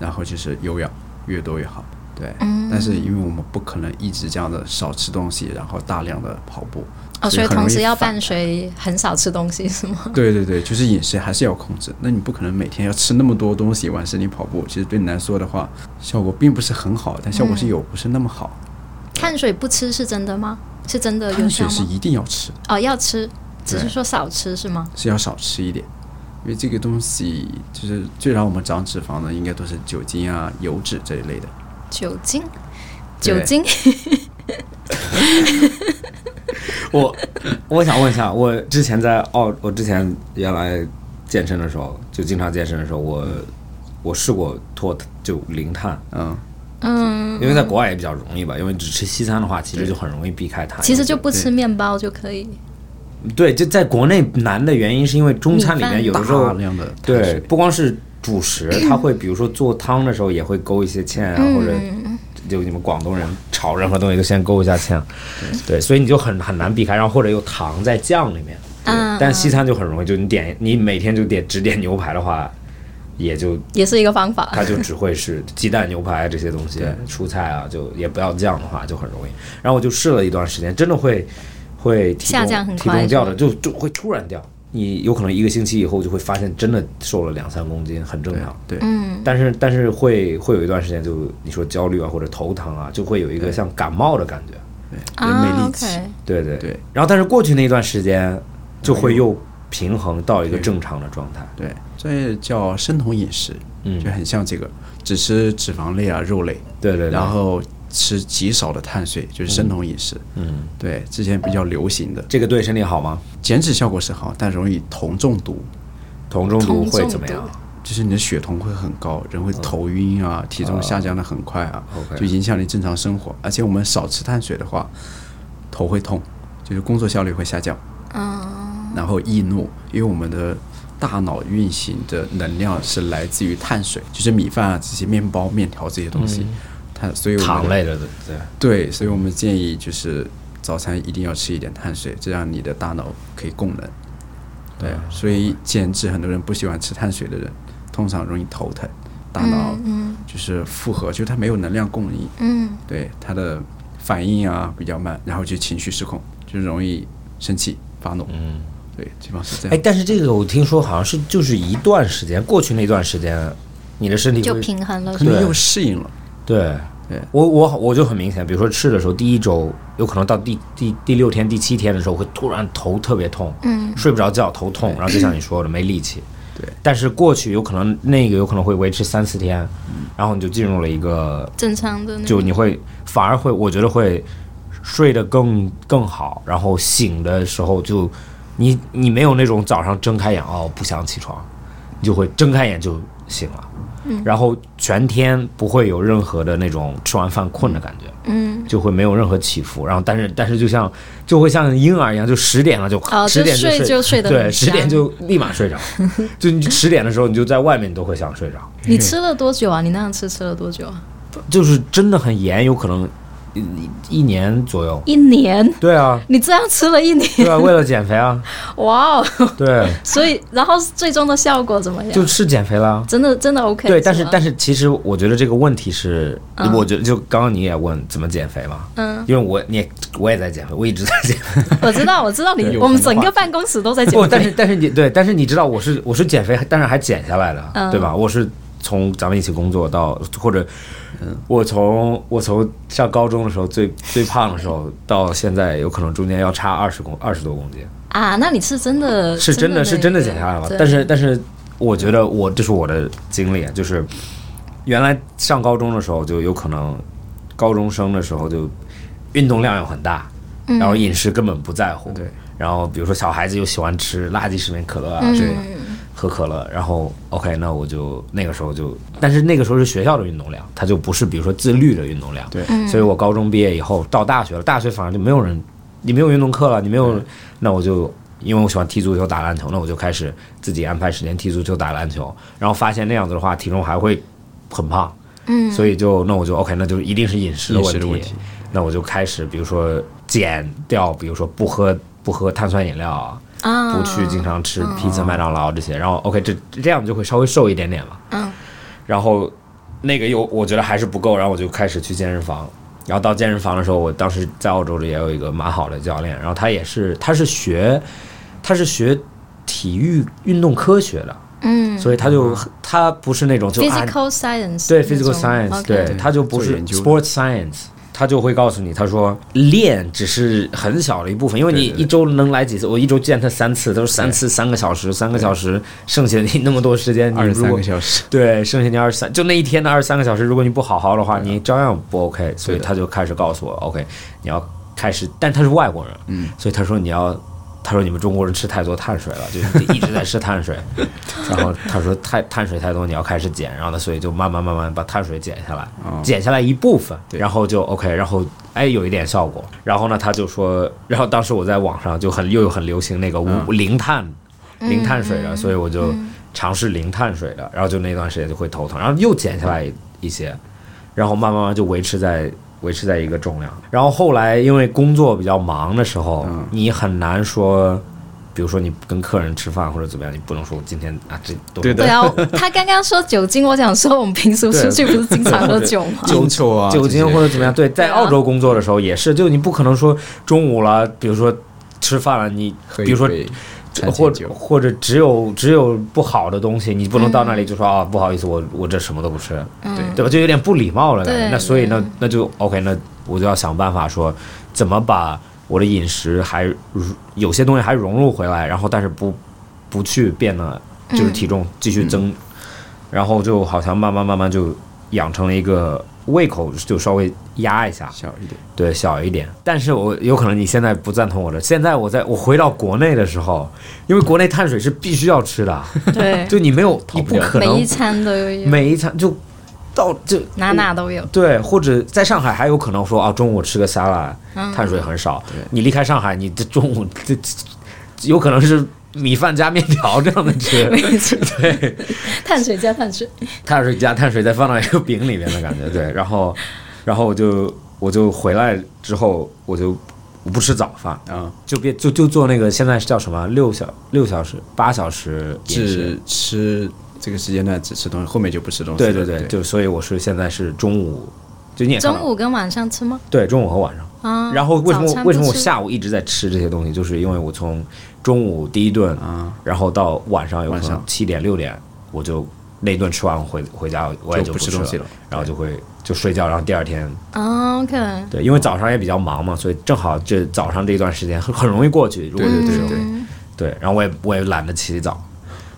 然后就是有氧，越多越好。对，
嗯
但是因为我们不可能一直这样的少吃东西，然后大量的跑步，
哦，所
所
以
以很
同
容易
时要
反
伴随很少吃东西 是吗？
对对对，就是饮食还是要控制。那你不可能每天要吃那么多东西，完事你跑步，其实对你来说的话，效果并不是很好，但效果是有，不是那么好。
碳水不吃是真的吗？是真的嗯有
碳
效
水是
吗？
一定要吃，
哦，要吃，只是
对
说少吃是吗？
是要啊少吃一点，因为这个东西就是最让我们长脂肪的，应该都是酒精啊、油脂这一类的。
酒精，
对
酒精，
我我想问一下，我之前在澳，我之前原来健身的时候，就经常健身的时候，我我试过脱就零碳，
嗯，
嗯，
因为在国外也比较容易吧，因为只吃西餐的话，其实就很容易避开碳。
其实就不吃面包就可以。
对，就在国内难的原因是因为中餐里面有的时
大
候
量的碳
对，
水，
不光是主食，它会比如说做汤的时候也会勾一些芡啊，或者就你们广东人炒任何东西都先勾一下芡，对，所以你就很很难避开，然后或者有糖在酱里面，
嗯
但西餐就很容易，就你点你每天就点只点牛排的话，也就
也是一个方法。
它就只会是鸡蛋、牛排这些东西
对，
蔬菜啊，就也不要酱的话就很容易。然后我就试了一段时间，真的会会体重
下降很
体
快
重掉的，
是
就就会突然掉。你有可能一个星期以后就会发现真的瘦了两三公斤，很正
对啊
常。
对，
嗯，
但是但是会会有一段时间就，你说焦虑啊或者头疼啊，就会有一个像感冒的感觉。
人没
啊
力气。
，OK，
对对
对。
然后但是过去那一段时间，就会又平衡到一个正常的状态。
对，这叫生酮饮食，
嗯
就很像这个，只吃脂肪类啊、肉类，
对对对。
然后吃极少的碳水，就是生酮饮食。
嗯，
对，之前比较流行的
这个对身体好吗？
减脂效果是好，但容易酮中毒，
酮中毒
酮
会
中
怎么
毒
样？
就是你的血酮会很高，人会头晕啊，体重下降的很快啊，
OK
就影响你正常生活。而且我们少吃碳水的话，头会痛，就是工作效率会下降，
嗯，
然后易怒，因为我们的。大脑运行的能量是来自于碳水，就是米饭啊、这些面包、面条这些东西，它所以我们
糖类的，对对。
对，所以我们建议就是早餐一定要吃一点碳水，这样你的大脑可以供能。对，
嗯
所以减脂很多人不喜欢吃碳水的人，通常容易头疼，大脑
嗯
就是负荷，就是它没有能量供应，
嗯
对它的反应啊比较慢，然后就情绪失控，就容易生气发怒。嗯，对，基本上是这
哎
样。，
但是这个我听说好像是就是一段时间，过去那段时间，你的身体
嗯，就
会
平衡了
哎可。能又适应了，
对
对
我我我就很明显，比如说吃的时候，第一周有可能到第第第六天、第七天的时候，会突然头特别痛，
嗯，
睡不着觉，头痛，然后就像你说的没力气。
对，
但是过去有可能那个有可能会维持三四天，然后你就进入了一个
正常的那
就
种
你会反而会，我觉得会睡得更更好，然后醒的时候就你你没有那种早上睁开眼哦不想起床，你就会睁开眼就醒了，嗯，然后全天不会有任何的那种吃完饭困的感觉，
嗯，
就会没有任何起伏。然后但是但是就像就会像婴儿一样，就十点了就
哦，
十
就
点
睡
就
就睡得
对，
很
十点
香
就立马睡着，就你十点的时候你就在外面你都会想睡着，
你吃了多久啊？你那样吃吃了多久啊？
就是真的很严，有可能一一一年左右。
一年，
对啊，
你这样吃了一 年，
对啊，为了减肥啊，
哇哦！
对，啊
所以，然后最终的效果怎么样？
就是减肥啦。
真的真的 OK
对，但是
吗
但是，其实我觉得这个问题是，我觉得就刚刚你也问怎么减肥嘛，
嗯，
因为我你也我也在减肥，我一直在减 肥。
我知道我知道你，
对
我们
有什么
整
话
个办公室都在减
不，
肥
但是但是你对，但是你知道我是我是减肥，但是还减下来的，
嗯
对吧？我是从咱们一起工作到，或者我从我从上高中的时候最最胖的时候到现在，有可能中间要差二十公二十多公斤。
啊，那你是真的
是真的是真的减下来了
了，，对
但是但是我觉得我这是我的经历，就是原来上高中的时候就有可能，高中生的时候就运动量又很大，然后饮食根本不在乎，
对，
然后比如说小孩子又喜欢吃垃圾食品可乐啊之类的，喝可乐，然后 OK，那我就那个时候就，但是那个时候是学校的运动量，它就不是比如说自律的运动量，
对
所以我高中毕业以后到大学了，大学反而就没有人，你没有运动课了，你没有，那我就因为我喜欢踢足球、打篮球，那我就开始自己安排时间踢足球、打篮球，然后发现那样子的话，体重还会很胖，嗯，所以就那我就 OK，那就一定是饮食的
饮
问
食
题，
的问题
那我就开始比如说减掉，比如说不喝不喝碳酸饮料啊，
啊，
不去经常吃披萨、麦当劳这些，然后 OK，这这样就会稍微瘦一点点嘛。
嗯，
然后那个又我觉得还是不够，然后我就开始去健身房。然后到健身房的时候，我当时在澳洲也有一个蛮好的教练，然后他也是他是学他是学体育运动科学的，
嗯
所以他就他不是那种就啊
，physical science
对
那种
physical science，
OK
对，他就不
做
是
研究的
sports science，他就会告诉你，他说练只是很小的一部分，因为你
对对对
一周能来几次？我一周见他三次，都是三次三个小时，三个小时，剩下你那么多时间，你
二十
如
三
果
个小时，
对，剩下你二十三，就那一天的二十三个小时，如果你不好好的话，你照样不 OK。所以他就开始告诉我，OK，你要开始，但他是外国人，嗯，所以他说你要，他说你们中国人吃太多碳水了，就是你一直在吃碳水，然后他说太碳水太多，你要开始减，然后呢，所以就慢慢慢慢把碳水减下来，减下来一部分，然后就 OK，然后哎有一点效果，然后呢他就说，然后当时我在网上就很又有很流行那个无、零碳
嗯
零碳水的，所以我就尝试零碳水的，然后就那段时间就会头疼，然后又减下来一一些，然后慢慢慢就维持在维持在一个重量。然后后来因为工作比较忙的时候，
嗯
你很难说，比如说你跟客人吃饭或者怎么样，你不能说我今天啊这都
对的
对啊，他刚刚说酒精，我想说我们平时出去不是经常喝酒吗？
应酬啊，
酒精
这些
或者怎么样。对，在
对啊
澳洲工作的时候也是，就你不可能说中午了，比如说吃饭了，你
喝一
比如说
杯餐
呃或
前酒
者或者只有只有不好的东西，你不能到那里就说、啊不好意思，我我这什么都不吃，
嗯
对吧？就有点不礼貌了感觉。
对
那所以呢，那就 OK，那我就要想办法说怎么把我的饮食还如有些东西还融入回来，然后但是不不去变得
嗯
就是体重继续增，然后就好像慢慢慢慢就养成了一个胃口就稍微压一下，
小一点，
对，小一点。但是我有可能你现在不赞同我的。现在我在我回到国内的时候，因为国内碳水是必须要吃的，
对，
就你没有，你不可
每一
能
餐都有，
每一餐就到就
哪哪都有，
对，或者在上海还有可能说啊，中午吃个沙拉，
嗯
碳水很少。你离开上海，你这中午这这有可能是米饭加面条这样的吃，
没错，
对。
碳水加碳水，
碳水加碳水再放到一个饼里面的感觉，对。然后，然后我就我就回来之后，我就我不吃早饭，
啊，
就别就就做那个现在是叫什么六小六小时八小时饮食，
只吃这个时间段只吃东西，后面就不吃东西
对
了。
对对，就所以我是现在是中午，就你也看到
中午跟晚上吃吗？
对中午和晚上。
啊，
然后为什
早
么
餐不
为什么我
吃
下午一直在吃这些东西？就是因为我从中午第一顿，然后到晚上有可
啊晚
能
上
七点六点，我就那一顿吃完回回家，我也
就
不
不吃东西
了
了，
然后就会就睡觉，然后第二天
啊？OK，
对，因为早上也比较忙嘛，所以正好这早上这一段时间很很容易过去。如果
对
是
对
这
对
种
对
对，然后我也我也懒得起早，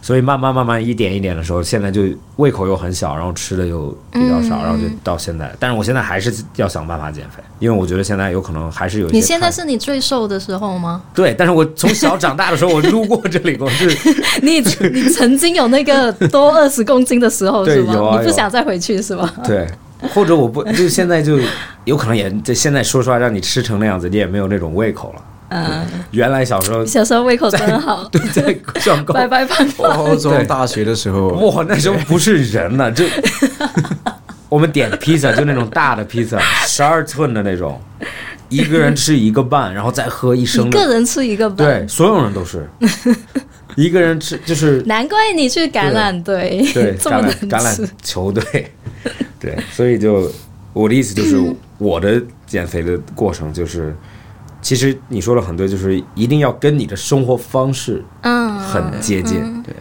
所以慢慢慢慢一点一点的时候，现在就胃口又很小，然后吃的又比较少，
嗯
然后就到现在。但是我现在还是要想办法减肥，因为我觉得现在有可能还是有一些
你现在
看
是你最瘦的时候 吗？
对，但是我从小长大的时候，我路过这里，我是
你已经你曾经有那个多二十公斤的时候是吗？
对有啊
你不
有啊
想再回去是吗？
对，或者我不就现在就有可能也这现在说出来让你吃成那样子，你也没有那种胃口了。
嗯，
原来小时候
小时候胃口真好，
对在上高
拜拜胖 胖。
高中
对
大学的时候，
哇，那时候不是人 了，就我们点披萨，就那种大的披萨，十二寸的那种，一个人吃一个半，然后再喝一升
一
的
个，人吃一个半
对，，所有人都 是一个人吃，就是
难怪你去橄榄队，
对
这么
橄
难
榄橄
吃
榄球队，对，所以就我的意思
嗯
就是，我的减肥的过程就是，其实你说了很对，就是一定要跟你的生活方式
嗯，
很接近。对，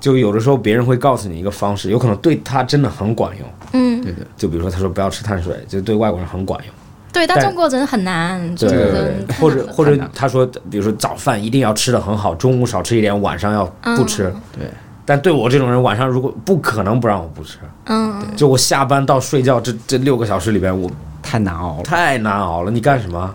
就有的时候别人会告诉你一个方式，有可能对他真的很管用。
嗯，
对的，
就比如说他说不要吃碳水，就对外国人很管用。
对，但
但
中国人很难，中国人
或者或者他说，比如说早饭一定要吃的很好，中午少吃一点，晚上要
嗯
不吃。
对，
但对我这种人，晚上如果不可能不让我不吃，
嗯，
就我下班到睡觉这这六个小时里边，我
太难熬了。
太难熬了。你干什么？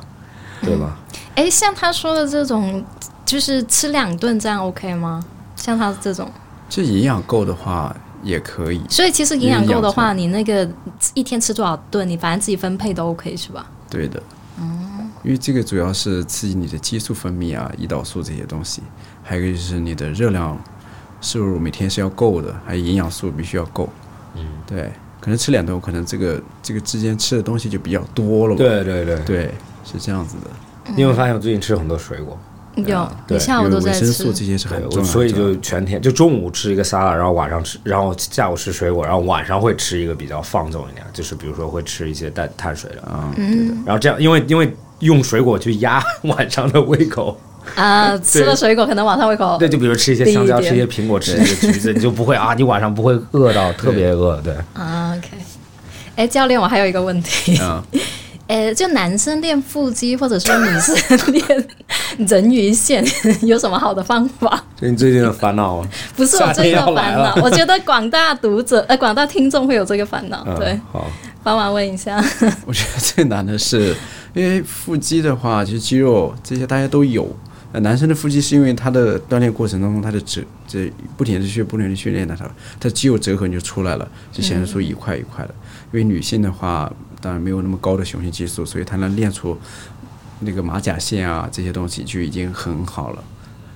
对吧？
哎，像他说的这种，就是吃两顿这样 OK 吗？像他这种，
这营养够的话也可以，
所以其实营养
营养
够的话，
餐
你那个一天吃多少顿，你反正自己分配都 OK 是吧？
对的。
嗯
因为这个主要是刺激你的激素分泌啊、胰岛素这些东西，还有一个就是你的热量摄入每天是要够的，还有营养素必须要够。嗯，对，可能吃两顿，可能这个这个之间吃的东西就比较多了吧。
对对对。
对，是这样子的。
你有没有发现我最近吃很多水果？
有，
对
你下午
因为
都在
维生素这
吃，
些是
对
很，重
我
要的，
所以就全天就中午吃一个沙拉，然后晚上吃，然后下午吃水果，然后晚上会吃一个比较放纵一点，就是比如说会吃一些带碳水的，
啊，
嗯
然后这样，因为因为用水果去压 晚上的胃口，
啊，吃了水果可能晚上胃口
对，就比如吃一些
低一
香蕉，
点
吃一些苹果，吃一些橘子，你就不会啊，你晚上不会饿到特别饿，对，
啊 OK。哎，教练，我还有一个问题，
啊，
呃，就男生练腹肌，或者说女生练人鱼线，有什么好的方法？
这是你最近的烦恼吗？
不是我
夏
这
天
个
要
烦
来
恼
了，
我觉得广大读者呃广大听众会有这个烦恼，
嗯
对，
好，
帮忙问一下。
我觉得最难的是，因为腹肌的话，其实肌肉这些大家都有。呃，男生的腹肌是因为他的锻炼过程当中，他的折这不停的去不停的训练他，他他肌肉折痕就出来了，就显示出一块一块的。因为女性的话，当然没有那么高的雄性激素，所以她能练出那个马甲线啊这些东西就已经很好了。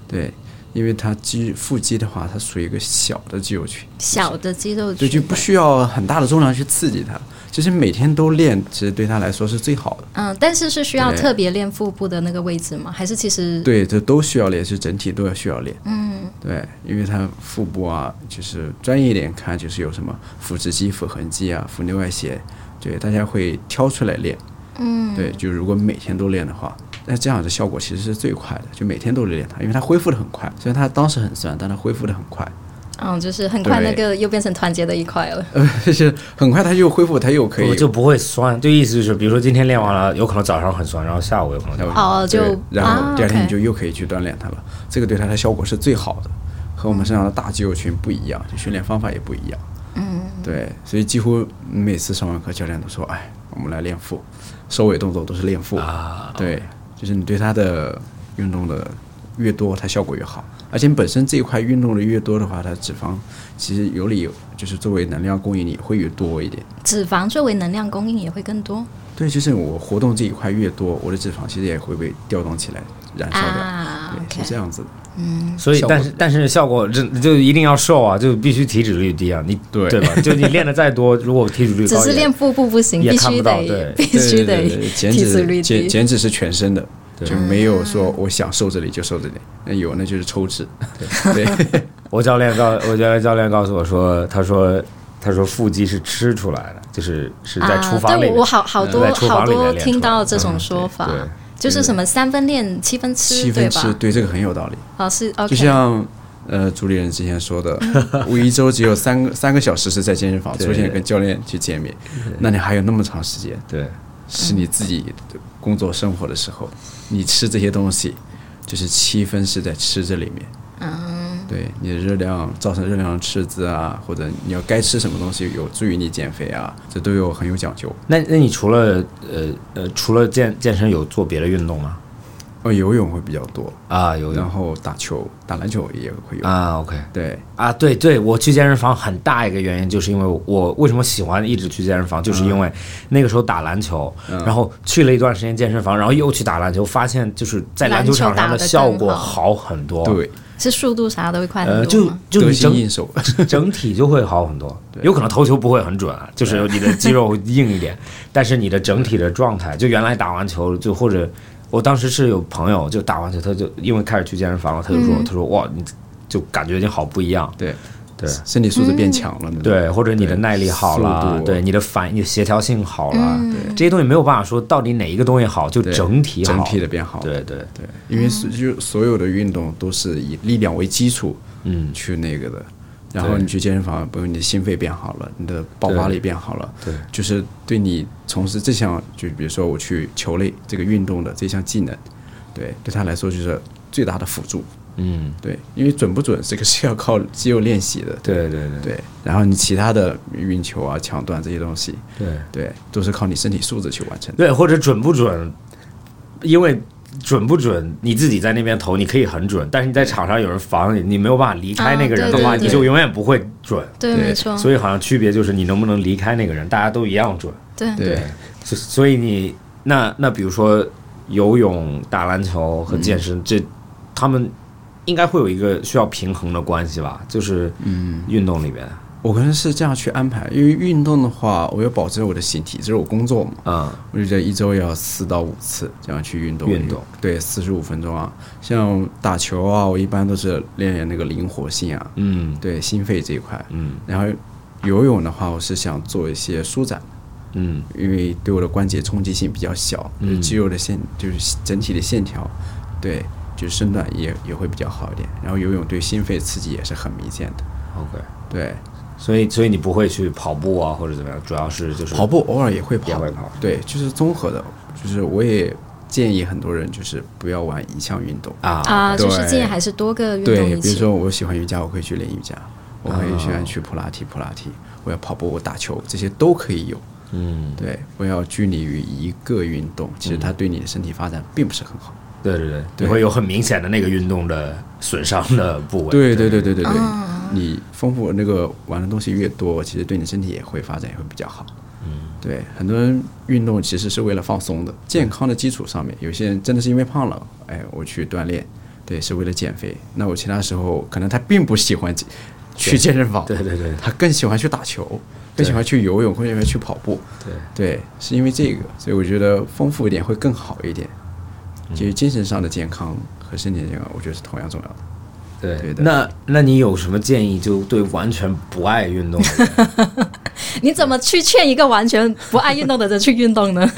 对，因为她肌腹肌的话，它属于一个小的肌肉群，
小的肌肉
对，就不需要很大的重量去刺激它。其实每天都练，其实对他来说是最好的。
嗯，但是是需要
对
特别练腹部的那个位置吗？还是其实
对，这都需要练，是整体都要需要练。嗯，对，因为他腹部啊，就是专业一点看，就是有什么腹直肌、腹横肌啊、腹内外斜，对，大家会挑出来练。嗯，对，就如果每天都练的话，那这样的效果其实是最快的，就每天都练它，因为它恢复的很快。虽然它当时很酸，但它恢复的很快。
嗯，就是很快
对
那个又变成团结的一块了。
呃，就是很快它就恢复，它又可以
我就不会酸，就意思就是，比如说今天练完了，有可能早上很酸，然后下午有可能就
哦，就
对然
啊
后第二天你就
OK
又可以去锻炼它了。这个对它的效果是最好的，和我们身上的大肌肉群不一样，就训练方法也不一样。嗯，对，所以几乎每次上完课，教练都说：“哎，我们来练腹，收尾动作都是练腹。”
啊，
对，就是你对它的运动的越多，它效果越好。而且你本身这一块运动的越多的话，它脂肪其实有理由，就是作为能量供应，你会越多一点。
脂肪作为能量供应也会更多
对，就是我活动这一块越多，我的脂肪其实也会被调动起来，燃烧掉。
啊。
对，
OK，
是这样子的。
所以
效果
但是但是效果真就一定要瘦啊，就必须体脂率低啊，你
对
对吧？就你练的再多，如果体脂率高
只
也，
是练腹部不行，
也
必
看
须
不到
得
对
必
对
须
对
得
对对减
体脂率
脂减
低。
减脂是全身的，就没有说我想瘦这里就瘦这里，那有那就是抽脂。对，
我教练告我教练教练告诉我说，他说他说腹肌是吃出来的，就是是在厨房里
啊对
面，嗯
我我好好多
在厨
好
房里面
多
练出来
听到这种说法，
嗯
就是什么三分练七分吃，
七分
对
吃，
吧？
对这个很有道理。
哦，是 OK，
就像呃主理人之前说 的，我一周只有三个三个小时是在健身房
对
出现跟教练去见面，那你还有那么长时间
对对
是你自己工作生活的时候，你吃这些东西，就是七分是在吃这里面。
嗯，
对你的热量造成热量的赤字啊，或者你要该吃什么东西有助于你减肥啊，这都有很有讲究。
那那你除了呃呃除了健健身有做别的运动吗？
呃，游泳会比较多，
啊，有
然后打球、打篮球也会有。
啊，OK
对，
啊，对对，我去健身房很大一个原因就是因为我我为什么喜欢一直去健身房，
嗯
就是因为那个时候打篮球，然后去了一段时间健身房，然后又去打篮球，发现就是在篮球场上的效果好很多。
对，嗯
是速度啥都会快
呃，
很
就
多吗？
就
得
你
心
整
应手。
整体就会好很多。 有可能投球不会很准啊，就是你的肌肉会硬一 点，但是你的整体的状态，就原来打完球就或者我当时是有朋友就打完球，他就因为开始去健身房了，他就说、
嗯
他说哇，你就感觉已经好不一样，
对，
对
身体素质变强了。
对，或者你的
对
耐力好
速
了，
度
对你的反应协调性好了，
嗯
这些东西没有办法说到底哪一个东西好，就
对
整体好，
整体的变好。
对对
对，因为所就所有的运动都是以力量为基础，
嗯，
去那个的。然后你去健身房，比如你的心肺变好了，你的爆发力变好了，
对
就是对你从事这项，就比如说我去球类这个运动的这项技能，对，对他来说就是最大的辅助。
嗯，
对，因为准不准这个是要靠肌肉练习的。
对对对
对，然后你其他的运球啊、抢断这些东西，
对
对，都是靠你身体素质去完成的。
对，或者准不准，因为。准不准？你自己在那边投，你可以很准，但是你在场上有人防你，你没有办法离开那个人的话，
啊对对对
你就永远不会准。
对，
对
没错，
所以好像区别就是你能不能离开那个人，大家都一样准。
对
对，
所所以你那那比如说游泳、打篮球和健
嗯
身，这他们应该会有一个需要平衡的关系吧？就是嗯，运动里面，
我可能是这样去安排，因为运动的话，我要保证我的形体，这是我工作嘛，
嗯
我就觉得一周要四到五次这样去运动。
运动
对，四十五分钟啊，像打球啊，我一般都是练练那个灵活性啊，
嗯
对心肺这一块。
嗯
然后游泳的话，我是想做一些舒展，
嗯
因为对我的关节冲击性比较小，
嗯
肌肉的线就是整体的线条，对，就是伸展也也会比较好一点。然后游泳对心肺刺激也是很明显的，
，OK。
对。
所以所以你不会去跑步啊或者怎么样，主要是就是
跑步偶尔也会跑，
也会跑
对，就是综合的，就是我也建议很多人就是不要玩一项运动，
啊
啊，
对
就是建议还是多个运动
对，
一
比
起。
如说我喜欢瑜伽，我可以去练瑜伽，我可以喜
啊
欢去普拉提，普拉提，我要跑步，我打球，这些都可以有，
嗯，
对，不要拘泥于一个运动，其实它对你的身体发展并不是很好。
对对对，
对
你会有很明显的那个运动的损伤的部位。
对对对对对对，你丰富那个玩的东西越多，其实对你身体也会发展也会比较好。嗯，对，很多人运动其实是为了放松的，健康的基础上面，有些人真的是因为胖了，哎，我去锻炼，对，是为了减肥。那我其他时候可能他并不喜欢去去健身房，
对对对
他更喜欢去打球，更喜欢去游泳，更喜欢去跑步。
对，
对，是因为这个，所以我觉得丰富一点会更好一点。其实精神上的健康和身体的健康，我觉得是同样重要的。
对
对的
那那你有什么建议？就对完全不爱运动的人，
你怎么去劝一个完全不爱运动的人去运动呢？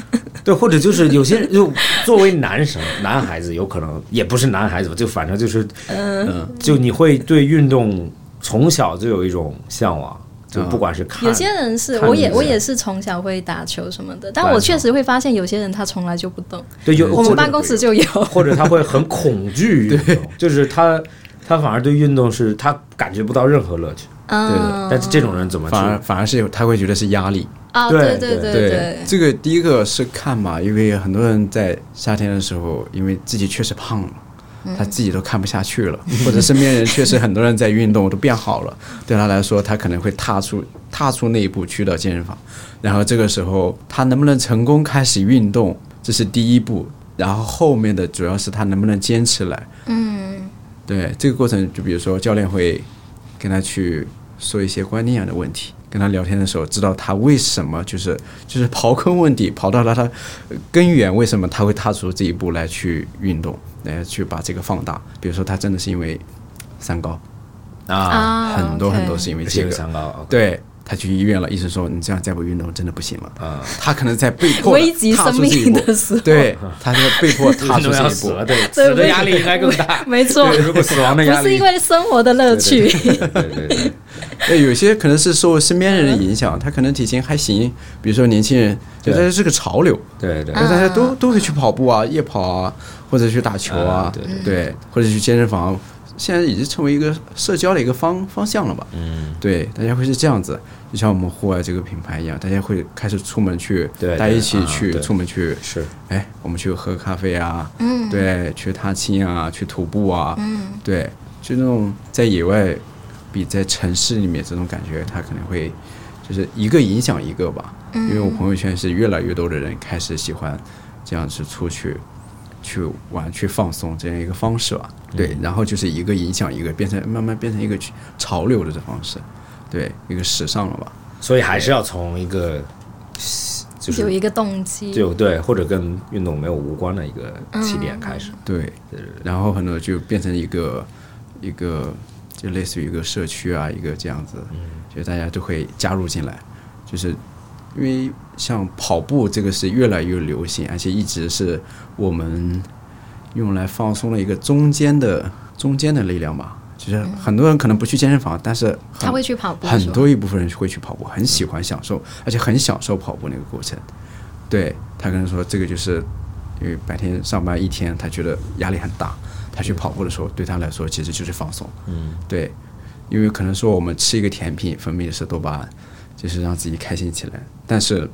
对，或者就是有些人就作为男生、男孩子，有可能也不是男孩子吧，就反正就是，嗯，就你会对运动从小就有一种向往，就不管是看
有些人是，
看
我也
一下
我也是从小会打球什么的，但
打
我
球
确实会发现有些人他从来就不动，
对有
我
或
们
者
办公室就有。
或者他会很恐惧运动，就是他他反而对运动是他感觉不到任何乐趣，
嗯，
但是这种人怎么去
反？而反而是有他会觉得是压力。
啊，
对
对
对
对，
这个第一个是看嘛，因为很多人在夏天的时候，因为自己确实胖了。
嗯
他自己都看不下去了，或者身边人确实很多人在运动都变好了，对他来说，他可能会踏出踏出那一步去到健身房，然后这个时候他能不能成功开始运动，这是第一步，然后后面的主要是他能不能坚持来，
嗯，
对这个过程，就比如说教练会跟他去说一些观念上的问题，跟他聊天的时候，知道他为什么就是就是刨根问底，刨到了他呃根源，为什么他会踏出这一步来去运动，来去把这个放大。比如说，他真的是因为三高，
啊，
啊，
很多
OK
很多是因为
这
这
个
个。
三高，
对他去医院了，医生说你这样再不运动真的不行了。
啊
他可能在被迫地
危及
踏出
生
这一
命
步
的时候
对，他就被迫踏
运
出
动
这
要
一
死
步
了，。对，
对
死的压力应该更大。
没错，
对如果死亡的
不
压力
是因为生活的乐趣，
对对对，
对，有些可能是受身边人的影响，他可能体型还行，比如说年轻人，就
对
他是个潮流，
对对
对，大家
嗯
都都会去跑步啊、夜跑啊，或者去打球啊，对，或者去健身房现在已经成为一个社交的一个方方向了吧？
嗯，
对，大家会是这样子，就像我们户外这个品牌一样，大家会开始出门去，
对对
大家一起
啊
去、
对
出门去，
是
哎，我们去喝咖啡啊，
嗯，
对，去踏青啊，去徒步啊，
嗯，
对，就那种在野外比在城市里面这种感觉，它可能会就是一个影响一个吧。
嗯
因为我朋友圈是越来越多的人开始喜欢这样子出去去玩、去放松这样一个方式吧。对，然后就是一个影响一个，变成慢慢变成一个趋潮流的这方式，对，一个时尚了吧。
所以还是要从一个就是
有一个动机，
就对，或者跟运动没有无关的一个起点开始。
对，然后很多就变成一个一个就类似于一个社区啊，一个这样子，就大家都会加入进来，就是因为像跑步这个是越来越流行，而且一直是我们用来放松的一个中间的中间的力量吧。就是很多人可能不去健身房，但是很
他会去跑步，
很多一部分人会去跑步，很喜欢享受，而且很享受跑步那个过程。对他可能说，这个就是因为白天上班一天，他觉得压力很大，他去跑步的时候，对他来说其实就是放松。
嗯，
对，因为可能说我们吃一个甜品分泌的是多巴胺，就是让自己开心起来，但是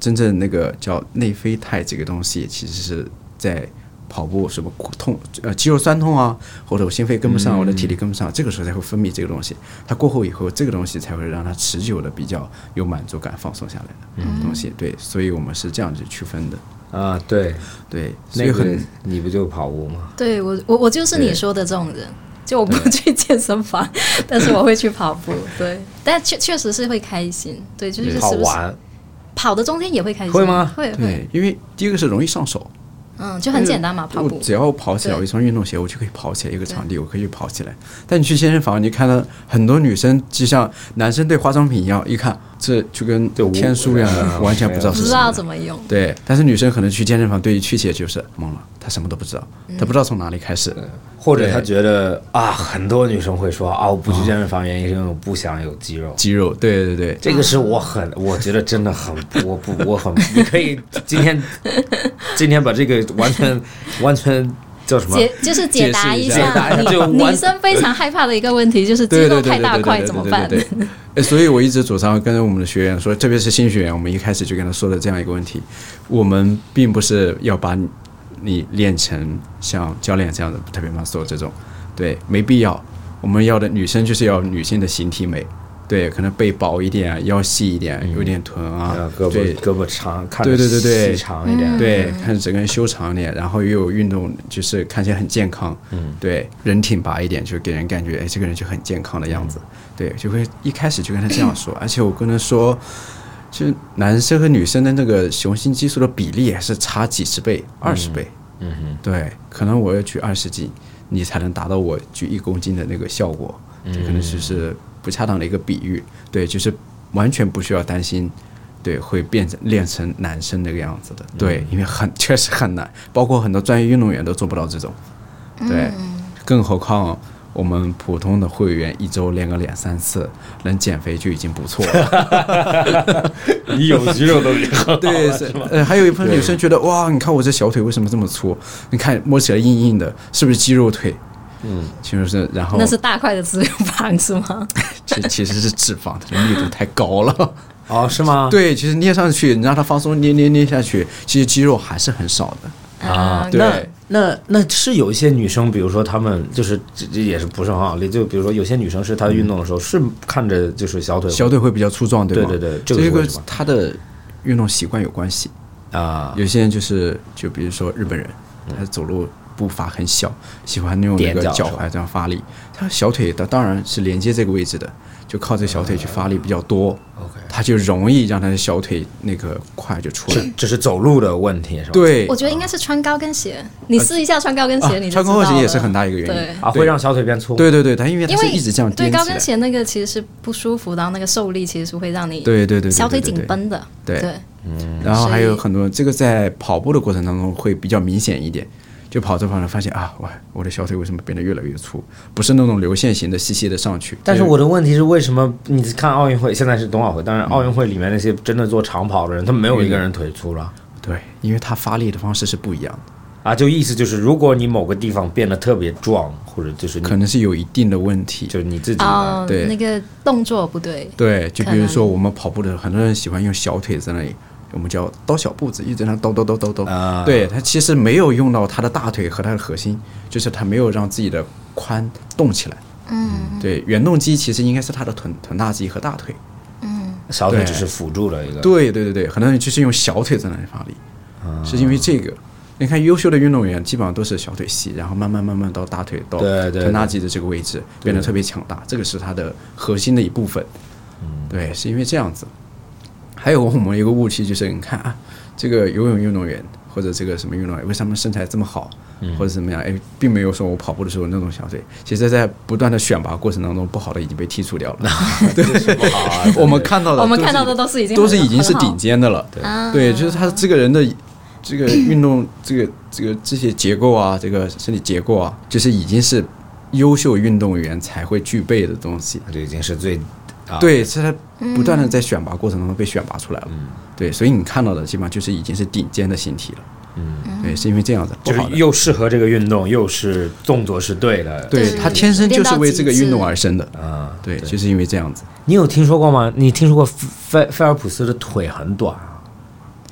真正那个叫内啡肽这个东西，其实是在跑步什么痛呃肌肉酸痛啊，或者我心肺跟不上，我的体力跟不上，这个时候才会分泌这个东西。它过后以后，这个东西才会让它持久的比较有满足感、放松下来
嗯
的东西。对，所以我们是这样子区分的。
啊，对，
对，所以
那
很、
个你不就跑步吗？
对我，我我就是你说的这种人，就我不去健身房， 但是我会去跑步，对，但确确实是会开心，对，就是
好
时不时
玩，啊
跑的中间也会开心，
会吗
会会，
对，因为第一个是容易上手，
嗯，就很简单嘛，跑
我
步，
只要跑起来，
对
我一双运动鞋，我就可以跑起来一个场地，我可以去跑起来。但你去健身房，你看到很多女生就像男生对化妆品一样，一看这就跟
对我
天书一样的，
嗯
完全不知道
不
是
知
什
道
么的。
怎么用，
对，但是女生可能去健身房，对于器械就是懵了，她什么都不知道，她不知道从哪里开始。
或者他觉得啊，很多女生会说啊，我不去健身房原因是因为我不想有肌肉。
肌肉，对对对，
这个是我很，我觉得真的很， 我不，我很，你可以今天，今天把这个完全完全叫什么？
解就是解答
解释一下解答
下
一下
女
就完
女生非常害怕的一个问题，就是肌
对
肉
对对
太
对
大
对
块
对
怎么
对
办？
对对哎所以我一直主张跟我们的学员说，特别是新学员，我们一开始就跟他说了这样一个问题：我们并不是要把你你练成像教练这样的特别 muscle 这种，对，没必要。我们要的女生就是要女性的形体美，对，可能背薄一点啊，腰细一点，有点臀啊
啊，，胳
对
膊胳膊长，看
对
着
对对对
细长一点，
对，看整个人修长一点，然后又有运动，就是看起来很健康。嗯，对，人挺拔一点，就给人感觉，哎，这个人就很健康的样子。对，就会一开始就跟他这样说，而且我跟他说，就是男生和女生的那个雄性激素的比例也是差几十倍、二十倍。
嗯哼，
对，可能我要举二十斤，你才能达到我举一公斤的那个效果，这可能就是不恰当的一个比喻。对，就是完全不需要担心，对，会变成练成男生那个样子的。对，因为很确实很难，包括很多专业运动员都做不到这种。对，更何况。我们普通的会员一周练个两三次，能减肥就已经不错了。
你有肌肉都已经很好
对，
了
是呃，还有一部分女生觉得哇，你看我这小腿为什么这么粗？你看摸起来硬硬的，是不是肌肉腿？嗯，其实是，然后
那是大块的脂肪是吗？
其其实是脂肪，它的密度太高了。
哦，是吗？
对，其实捏上去，你让它放松，捏捏捏下去，其实肌肉还是很少的。
啊
对
那那那是有一些女生，比如说她们就是这这也是不是很好例，就比如说有些女生是她运动的时候是看着就是小腿
小腿会比较粗壮，吗？
对对对这
这
个是为
个
什么
它的运动习惯有关系。
啊，
有些人就是，就比如说日本人，他走路步伐很小，喜欢用那
踮
个
脚
脚
是吧
踝这样发力。他小腿的当然是连接这个位置的，就靠这小腿去发力比较多，他就容易让他的小腿那个块就出来
这。这是走路的问题是吧？
对
哦我，觉得应该是穿高跟鞋，你试一下穿高跟
啊
鞋，你就
穿高跟
知道
鞋也是
了
很大一个原因
对。
啊，会让小腿变粗。
对对对，他因为他
因
是
为
一直这样
对
颠
高
起
跟
来。
鞋那个其实是不舒服，然后那个受力其实是会让你
对对对对
小腿
对对
紧绷的，
对
对
然后还
所
有
以
很多这个在跑步的过程当中会比较明显一点，就跑着跑着发现啊，哇，我的小腿为什么变得越来越粗？不是那种流线型的细细的上去，
但是
就
我的问题是，为什么你看奥运会，现在是冬奥会，但是奥运会里面那些真的做长跑的人，他没有一个人腿粗了。
对，因为它发力的方式是不一样的。
啊，就意思就是，如果你某个地方变得特别壮，或者就是你
可能是有一定的问题。
就是你自己
哦，
对
那个动作不对，
对，就比
可
如
能
说我们跑步的时候，很多人喜欢用小腿在那里，我们叫刀小步子，一直在那叨叨叨叨叨。
啊
对他其实没有用到他的大腿和他的核心，就是他没有让自己的髋动起来。
嗯
对，原动机其实应该是他的臀臀大肌和大腿。
嗯，
小腿
对
只是辅助了一个。
对对对对，很多人就是用小腿在那里发力，
啊
是因为这个。你看，优秀的运动员基本上都是小腿细，然后慢慢慢慢到大腿到
对对
臀大肌的这个位置变得特别强大，这个是他的核心的一部分。
嗯
对，是因为这样子。还有我们有个误区就是，你看啊，这个游泳运动员或者这个什么运动员，为什么身材这么好，
嗯
或者怎么样？哎，并没有说我跑步的时候那种小腿，其实在不断的选拔过程当中，不好的已经被剔除 掉了。
对，不好啊。
我们看到的，
我们看到的都是已经
哦都
很
是已经是顶。尖的了。
啊
对，就是他这个人的这个运动，这个这个这些结构啊，这个身体结构啊，就是已经是优秀运动员才会具备的东西。
这已经是最啊
对，是他不断
嗯
的在选拔过程中被选拔出来了。
嗯
对，所以你看到的基本上就是已经是顶尖的形体了。嗯，对，是因为这样子，
就
不
是
好的。
又适合这个运动，又是动作是对的。
对
对
他天生就是为这个运
练到极
动
致
而生的，
啊，
对，就是因为这样子，
你有听说过吗？你听说过菲菲尔普斯的腿很短啊？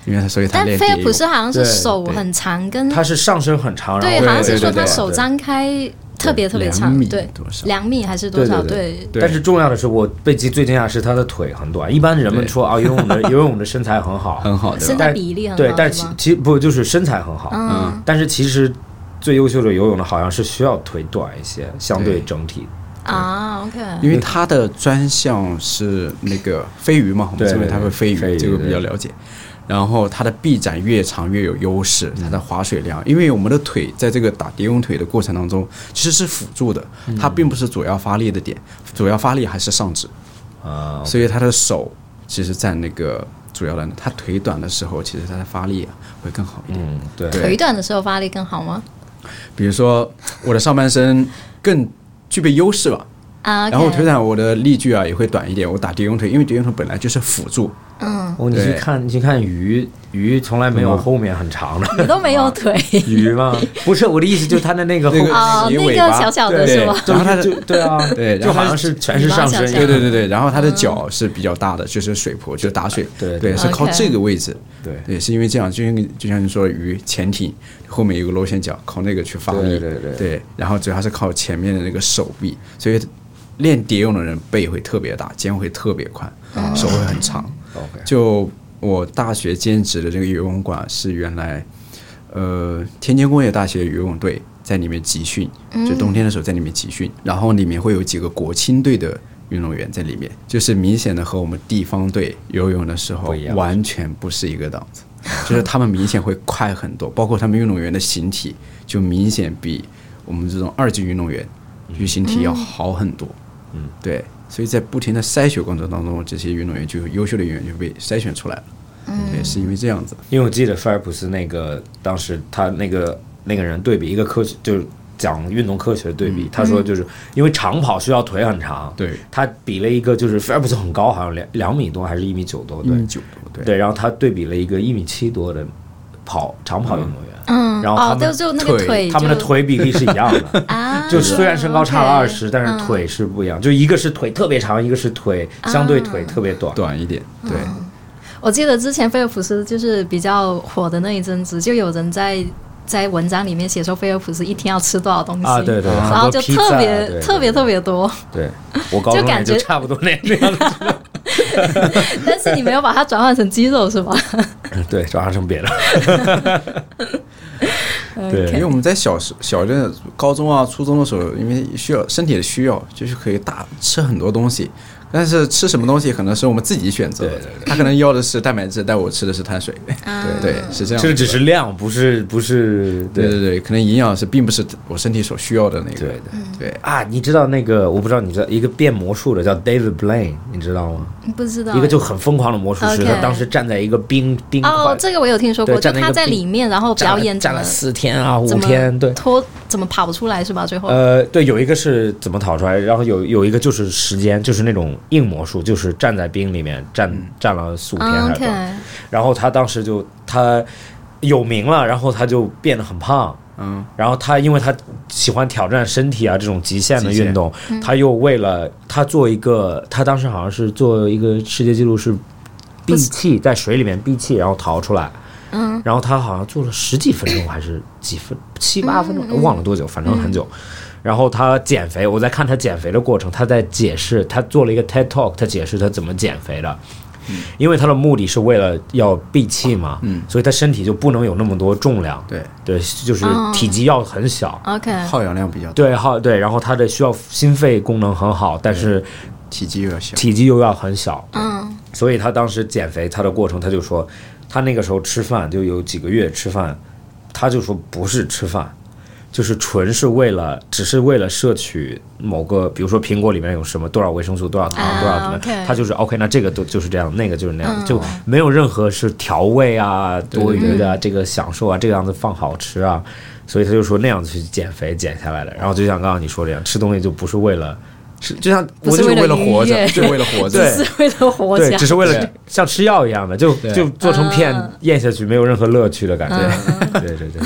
因为他所以他
但
练蝶
菲尔
泳
普斯好像是
对
手
对
很长，跟
他是上身很长，
嗯
然
对，
后
好像是说
对对
他
对
手
对
张开特别特别
两
长
米，
对
多，少
两米还是多少？
对对
对，
对
但是重要的是，我被最最惊讶的是他的腿很短。一般人们说啊，游泳的 游泳的身材很好，
很好，对吧
身？材
但
比例很好，
对，但
是
其
吗
其不就是身材很好，
嗯
但是其实最优秀的游泳的好像是需要腿短一些，相对
对
整体。
啊，OK，
因为他的专项是那个飞鱼嘛，我们
对
这边他会飞
飞鱼
鱼，这个
对
比较了解。然后它的臂展越长越有优势，
嗯
它的划水量，因为我们的腿在这个打蝶泳腿的过程当中其实是辅助的，
嗯
它并不是主要发力的点，主要发力还是上肢，
啊，
所以他的手其实占那个主要的。他腿短的时候，其实他的发力啊会更好一点。
嗯，对，
腿短的时候发力更好吗？
比如说我的上半身更具备优势吧，
啊，
然后我腿
OK
短，我的力距啊也会短一点。我打蝶泳腿，因为蝶泳腿本来就是辅助，
嗯，
哦，你去
对嗯
看，你去看鱼，鱼从来没有后面很长的
你都没有 腿
鱼吗？不是，我的意思就是它的那个后
那个
哦，
鱼
那
尾
个
巴
小小的
对
是吗？
就
然后它的
就对啊，
对然
就
后
好
它
像是全是
羽毛
上
小
身，
小
对对对对，然后它的脚是比较大的，就是水婆，就是打水，
对对
对，是靠
OK
这个位置，
对
对，是因为这样，就像就像你说的鱼潜艇后面有个螺旋桨，靠那个去发力，
对对对
然后主要是靠前面的那个手臂，所以练蝶泳的人背会特别大，肩会特别宽，
啊
手会很长。
OK
就我大学兼职的这个游泳馆是原来，呃，天津工业大学游泳队在里面集训，就冬天的时候在里面集训，然后里面会有几个国青队的运动员在里面，就是明显的和我们地方队游泳的时候
不一样
完全不是一个档次，就是他们明显会快很多，包括他们运动员的形体就明显比我们这种二级运动员就形体要好很多。
嗯
对，所以在不停的筛选过程当中，这些运动员就优秀的运动员就被筛选出来了。对，是因为这样子。
因为我记得菲尔普斯那个当时他那个那个人对比一个科学，就是讲运动科学对比，他说就是因为长跑需要腿很长，
对
他比了一个就是菲尔普斯很高，好像两两米多还是一米九多，对
一九多，对，
对，然后他对比了一个一米七多的跑长跑运动员，
嗯，
然后他
哦，
们
就就那个
腿
腿，。
他们的腿比嗯例是一样的
啊，嗯
就虽然身高差了二
OK
十、但是腿是不一样，就一个是腿特别长，一个是腿
啊
相对腿特别短。
短一点，对，
我记得之前菲尔普斯就是比较火的那一阵子，就有人在在文章里面写说菲尔普斯一天要吃多少东西
啊，对对，
然哦后就特别特别特
别，
别多，
对我高中也
感
就
觉
差不多那那样的，
但是你没有把它转换成肌肉是吧？
对，转化成别的，
因为
对
我们在小时、小镇、高中啊、初中的时候，因为需要身体的需要，就是可以大吃很多东西，但是吃什么东西可能是我们自己选择的
对对
他可能要的是蛋白质，但我吃的是碳水，
啊
对，是这样子的。
这个只是量，不是不是
对
对
对对，可能营养是并不是我身体所需要的那
对
个，
的
嗯
对，
啊！你知道那个我不知道你知道一个变魔术的叫 David Blaine，你知道吗？
不知道
一个就很疯狂的魔术师，
OK
他当时站在一个冰冰块
哦，这个我有听说过，
对
就
站在一
他
个
在
冰
里面然后
站
表
了
演怎
站
么
了四天啊五
怎么
天，对，
脱怎么跑出来是吧？最后
呃，对，有一个是怎么逃出来，然后有有一个就是时间，就是那种硬魔术，就是站在冰里面站、站了四五天
啊
还是多少
，OK，
然后他当时就他有名了，然后他就变得很胖。
嗯，
然后他因为他喜欢挑战身体啊这种极限的运动，他又为了他做一个，他当时好像是做一个世界纪录是闭气在水里面闭气，然后逃出来。
嗯，
然后他好像做了十几分钟还是几分七八分钟，忘了多久，反正很久。然后他减肥，我在看他减肥的过程，他在解释，他做了一个 TED Talk，他解释他怎么减肥的。因为他的目的是为了要闭气嘛，
嗯
所以他身体就不能有那么多重量，
对，
对，就是
哦
体积要很小，
OK，
耗氧量比较大，
对，好，对，然后他的需要心肺功能很好，但是
体积又要小。
体积又要很小，
嗯
所以他当时减肥，他的过程他就说，他那个时候吃饭就有几个月吃饭，他就说不是吃饭，就是纯是为了，只是为了摄取某个，比如说苹果里面有什么多少维生素、多少糖、
啊
多少什么，
OK
他就是 OK，那这个都就是这样，那个就是那样，
嗯
就没有任何是调味啊、多余
对
的啊、这个享受啊、这个样子放好吃啊，所以他就说那样子去减肥减下来的。然后就像刚刚你说的一样，吃东西就不是为了吃，就像
不
我
是
就是
为了
为了活
愉悦
着，
就为了 活着，
对
只是为了活
对，
下
只。是为了
对
像吃药一样的，就
对
就做成片
嗯
咽下去，没有任何乐趣的感觉。 对对对，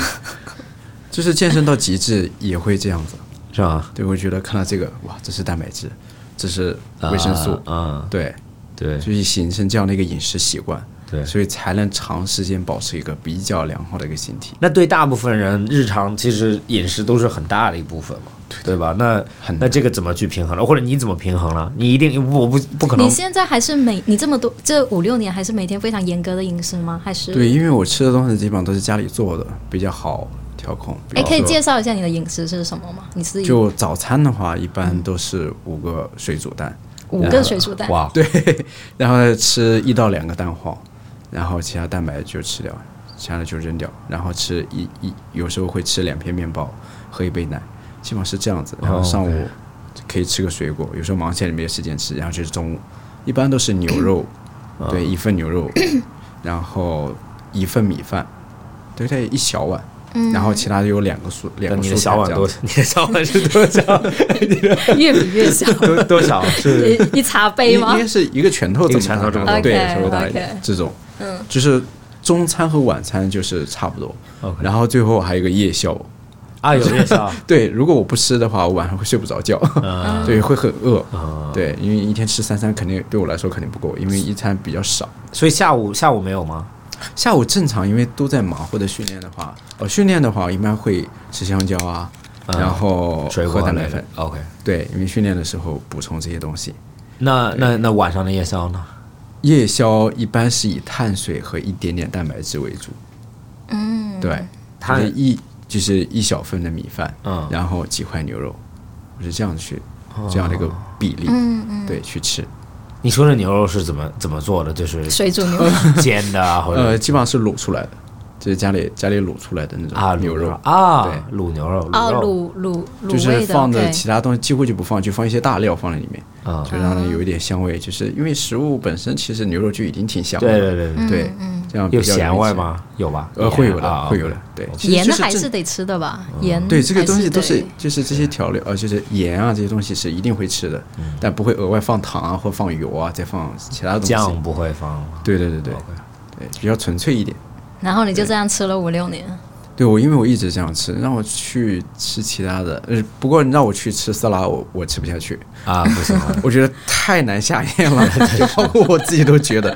就是健身到极致也会这样子。
是吧？
对，我觉得看到这个，哇，这是蛋白质，这是维生 素，
啊，
对，
对
就是形成这样的一个饮食习惯，
对。
所以才能长时间保持一个比较良好的一个形体。
那对大部分人日常其实饮食都是很大的一部分嘛，对吧？那
很
那这个怎么去平衡了？或者你怎么平衡了？你一定我不不可能
你现在还是每你这么多这五六年还是每天非常严格的饮食吗？还是
对，因为我吃的东西基本上都是家里做的，比较好调控。比
哎，
较
可以
说
介绍一下你的饮食是什么吗？你是以
就早餐的话，一般都是五个水煮蛋，
五个水煮蛋，
哇，
对， 然后吃一到两个蛋黄，然后其他蛋白就吃掉，其他的就扔掉，然后吃一一有时候会吃两片面包，喝一杯奶，基本上是这样子。然
哦
后上午可以吃个水果，有时候忙起来也没有时间吃，然后就是中午，一般都是牛 肉，
啊
对，一份牛肉，然后一份米饭，对对，一小碗，然后其他的有两个蔬两个
那你的
蔬
小
菜
碗
这样
多
子，，
你的小碗是多小？
越比越小，
多 多小是
一一茶杯
应
吗
应该？是一个拳头
一
这
个
么
拳头这么
大
大
对，
OK，
稍微大一
OK
点这种，嗯，就是中餐和晚餐就是差不多
OK，
然后最后还有一个夜宵。
啊，有夜宵，
对，如果我不吃的话，我晚上会睡不着觉，
啊
对，会很饿。对，因为一天吃三餐肯定对我来说肯定不够，因为一餐比较少。
所以下午下午没有吗？
下午正常，因为都在忙或者训练的话，呃，训练的话一般会吃香蕉啊，然后
水
喝
果
蛋
类
白
的
粉。
OK。
对，因为训练的时候补充这些东西。
那那那晚上的夜宵呢？
夜宵一般是以碳水和一点点蛋白质为主。
嗯，
对，
它
就是一就是一小份的米饭，
嗯哦
然后几块牛肉，我是这样去这样的一个比例，
嗯嗯，
对，去吃。
你说的牛肉是怎么怎么做的？就是
水煮 牛哦
煎的啊，或者
呃，基本上是卤出来的，就是家里家里卤出来的那
啊
种牛肉，
啊
对，
卤牛肉，
哦，
卤肉
卤卤
就
卤
是
味的
放的
OK，
其他东西几乎就不放，就放一些大料放在里面，
啊，
就让
哦
它有一点香味。就是因为食物本身其实牛肉就已经挺香
对
的，
对对
嗯
对，
对，这样比
有
较
咸
容易
味
吃？
吗？有吧？
呃，会有
盐啊
的，会有的。对，其实
盐
就
还
正
是得吃的吧？
嗯
盐
对，这个东西
嗯
都
还
是
得
就是这些调料，呃，就是盐啊这些东西是一定会吃的，
嗯
但不会额外放糖啊或放油啊，再放其他东西。
酱不会放吗
对对对对
OK
对，比较纯粹一点。
然后你就这样吃了五六年，
对我，因为我一直这样吃，让我去吃其他的，呃，不过让我去吃色拉，我我吃不下去，
啊，不 行啊
我觉得太难下咽了，就包括我自己都觉得，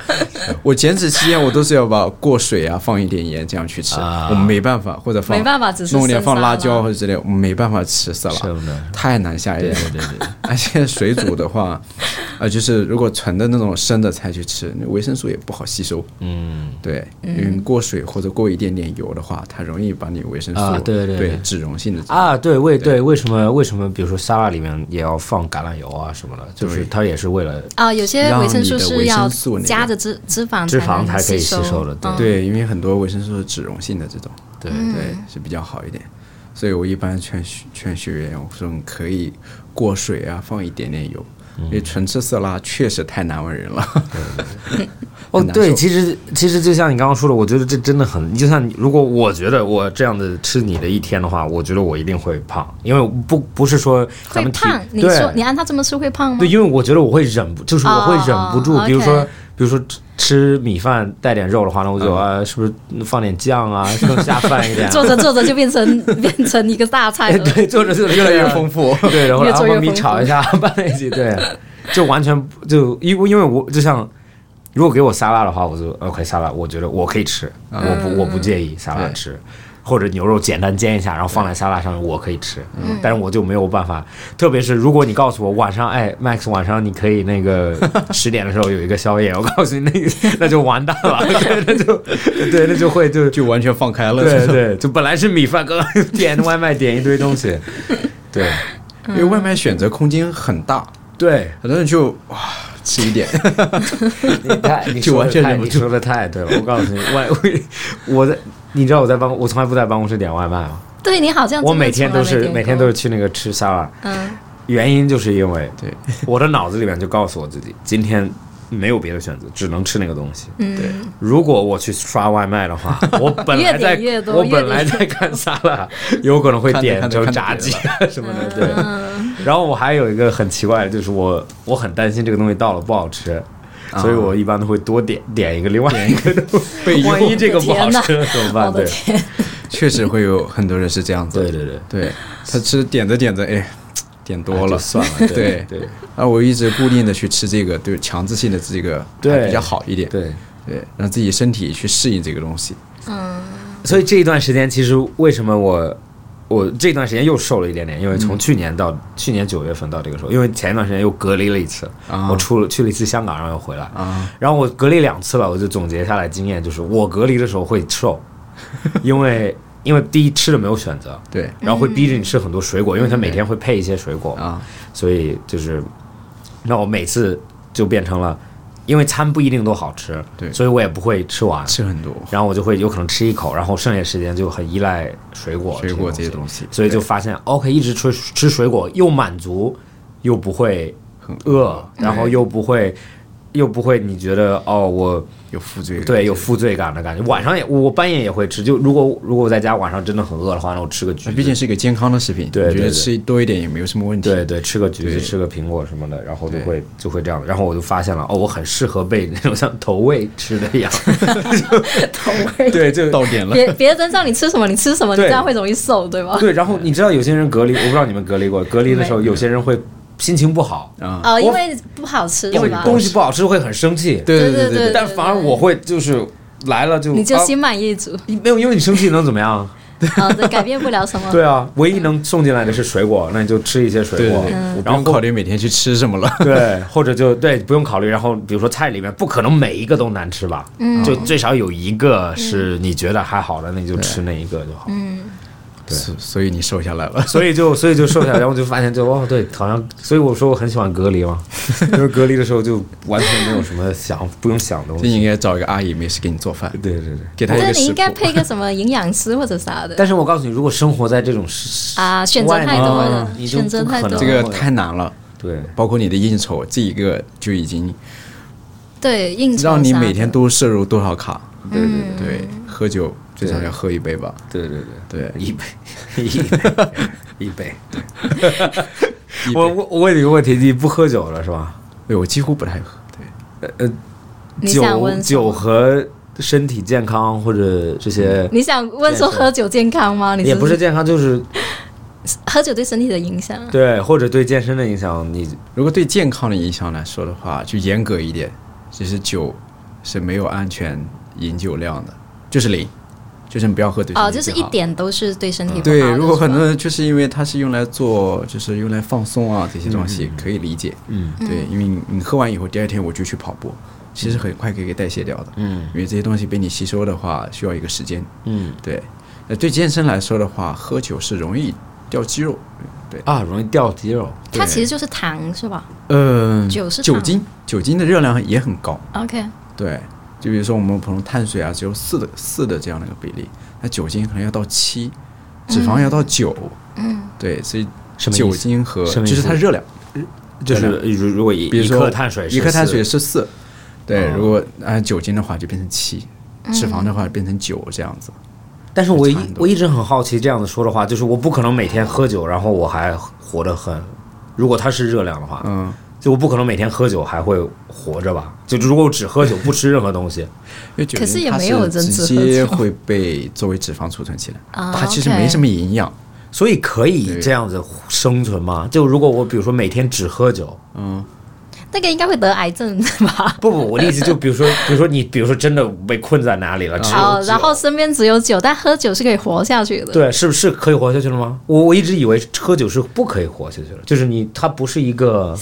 我减脂期间我都是要把过水啊放一点盐这样去吃，
啊
我没办法，或者放
没办法只是
弄点放
生沙
辣
拉
椒或者之类，我没办法吃色
是
拉，
的，
太难下咽
对
了。
对对对，
而且水煮的话，呃，就是如果纯的那种生的菜去吃，那维生素也不好吸收。
嗯，
对，因为过水或者过一点点油的话，它容易把你维生素、
啊对对对
脂溶性的
啊，对，为对，为什么为什么比如说沙拉里面也要放橄榄油啊什么的？就是
对
它也是为了
啊，有些维生素
让你的
是
维
要
生素那个
加着脂脂肪
脂肪
才
才可以吸收
收
的，
嗯
对
对，因为很多维生素是脂溶性的这种，
对嗯
对是比较好一点。所以我一般劝学劝学员，我说你可以过水啊，放一点点油，
嗯
因为纯吃色拉确实太难为人了。
哦，
很难
对，
受
其实其实就像你刚刚说的，我觉得这真的很，就像你如果我觉得我这样子吃你的一天的话，我觉得我一定会胖，因为不不是说咱
会
们体
胖。你
对
说你按他这么吃会胖吗
对，？因为我觉得我会忍不，就是我会忍不住，
哦哦
比如说、
OK 嗯
比如说吃米饭带点肉的话，那我就啊，是不是放点酱啊，更下饭一
？
点
做着做着就变 成变成一个大菜
哎，
了。啊
对，做着做着越来越丰 富，对，然后
越
然后
做越
把米
丰富
炒一下， 拌在一起，对，就完全不就因为因为我就像。如果给我沙拉的话，我就 OK 沙拉，我觉得我可以吃，我
嗯
不我不介意沙拉
对
吃，或者牛肉简单煎一下，然后放在沙拉上面，我可以吃。
嗯
嗯但是我就没有办法，特别是如果你告诉我晚上，哎，Max 晚上你可以那个十点的时候有一个宵夜，我告诉你那个那就完蛋 了，对那就对那就会就
就完全放开了。
对对，就本来是米饭，刚刚点外卖点一堆东西，对
因为外卖选择空间很大，
对，
很多人就哇吃一点，
你太 你
就
说得
完全
太
忍不
你
住
说的太对了，我告诉你，外我我在你知道我在办公，我从来不在办公室点外卖吗？
对你好像
我
真的
每天
从来
都
没
是
点
每
过
天都是去那个吃沙拉，
嗯
原因就是因为
对
我的脑子里面就告诉我 自己，今天没有别的选择，只能吃那个东西。
嗯，
如果我去刷外卖 的话，我本来在
越点越多
我
越
本
点
来在看沙拉，有可能会
看着
点
看着
成
看着
炸
别
鸡啊什么的，对。
嗯
然后我还有一个很奇怪的，就是我我很担心这个东西到了不好吃，所以我一般都会多点点一个另外一个东西，
啊 被
万一这个不好
天哪
吃了怎么
我
办？
的
对
天，
确实会有很多人是这样子。
对对对，
对他吃点着点着，哎，点多
就
了。
算了，对
对
对
啊，我一直固定的去吃这个，对，强制性的这个
对
还比较好一点，
对。
对，让自己身体去适应这个东西。
所以这一段时间，其实为什么我我这段时间又瘦了一点点，因为从去年到、去年九月份到这个时候，因为前一段时间又隔离了一次，
啊
我出了去了一次香港，然后又回来，
啊
然后我隔离两次了，我就总结下来经验就是，我隔离的时候会 瘦，因为因为第一吃的没有选择，
对
然后会逼着你吃很多水果，因为它每天会配一些水果，
啊，
所以就是，那我每次就变成了，因为餐不一定都好吃，
对
所以我也不会吃完，
吃很多
然后我就会有可能吃一口，然后剩下时间就很依赖水果、
水果这些
这些东
东
西，
西，
所以就发现 OK，一直吃吃水果又满足，又不会
很
饿，然后又不会。又不会，你觉得哦，我
有负罪感，
对有负罪感的感觉。晚上也，我我半夜也会吃。就如果如果我在家晚上真的很饿的话，那我吃个橘
那
子。
毕竟是一个健康的食品，
对
我觉
对
得
对
吃多一点也没有什么问题。
对对，吃个橘子，
对
吃个苹果什么的，然后就
对
会就会这样的。然后我就发现了，哦，我很适合被那种像投喂吃的 一样。
头味。
对，就
到点了，
别别人让你吃什么，你吃什么，你
对
这样会容易瘦，对 吧？
对。然后你知道有些人隔离，我不知道你们隔离 过，隔离的时候有些人会心情不好，
啊，
哦，因
我
为不好吃
因为
是吧？
东西不好吃会很生气。
对
对对
对
但反而我会就是来了就
你就
啊
心满意足，
没有，因为你生气能怎么样？
好的，改变不了什么。
对啊，唯一能送进来的是水果，那你就吃一些水
对
果
对，，
嗯
我不
然
用
后
考虑每天去吃什么了。
对，或者就对，不用考虑。然后比如说菜里面不可能每一个都难吃吧，
嗯
就最少有一个是你觉得还好的，那你就吃那一个就好。
嗯，
对
所所以你瘦下来了，
所以就所以就瘦下来，然后就发现就哦对，好像所以我说我很喜欢隔离 嘛，就是隔离的时候就完全没有什么想不用想 的东
就
西。
应该找一个阿姨没事给你做饭，
对对对。
给她一
那
个
你
食
应
谱
该。配个什么营养师或者啥的
但是我告诉你，如果生活在这种世
啊？选择
外面
太多
的
了
话，你就
选择
不可
太多
能
了。
这个太难了，
对
包括你的应酬，这一个就已经
对应酬
让你
啥
每
的
天都摄入多少卡？
对对
对，喝酒最少
对
要喝一杯吧。
对对对
对，
一 杯一杯一杯。我我我问你个问题，你不喝酒了是吧？
对我几乎不太喝。对，
你想
酒
问
酒和身体健康或者这些，
你想问说喝酒健康吗？你
也不是
是
健康，就是
喝酒对身体的影响。啊
对或者对健身的影响，你
如果对健康的影响来说的话，就严格一点，其实酒是没有安全饮酒量的，就是零，就是你不要喝对身体
哦，就是
不
一
好。嗯
点都是对身体不好的。
对，如果很多
是吧
人就是因为它是用来做，就是用来放松啊这些东西，可以理解。
嗯，
对，因为你你喝完以后，第二天我就去跑步，其实很快可以给代谢掉的。
嗯，
因为这些东西被你吸收的话，需要一个时间。
嗯
对，呃，对健身来说的话，喝酒是容易掉肌肉。
啊容易掉肌肉。
它
对
其实就是糖是吧
嗯，
酒是
酒
糖
精，酒精的热量也很高。
？OK，
对，就比如说我们普通碳水啊，只有四的四的这样的一个比例，那酒精可能要到七，脂肪要到九。
嗯，
对，所以
什么意思
酒精和
什么
就
意思
是它热量，
就是
热
如如果一
比如
一
说
克碳水是
一克碳
四
水是四，对，
哦
如果按酒精的话就变成七，
嗯
脂肪的话变成九这样子。
但是我一
差很多
我一直很好奇这样子说的话，就是我不可能每天喝酒，然后我还活得很。如果它是热量的话，
嗯，
就我不可能每天喝酒还会活着吧？就如果我只喝酒不吃任何东西，
因为酒
可是
精
也
它
没
是
有人
直
只喝
接
酒
会被作为脂肪储存起来，
啊
它其实
OK
没什么营养。
所以可以这样子生存吗？就如果我比如说每天只喝酒，
嗯，
那个应该会得癌症吧？
不不，我的意思就比如说，比如说你，比如说真的被困在哪里
啊
了，只有
哦，
酒
然后身边只有酒，但喝酒是可以活下去的。
对，是不是可以活下去了吗？我我一直以为喝酒是不可以活下去的，就是你它不是一个，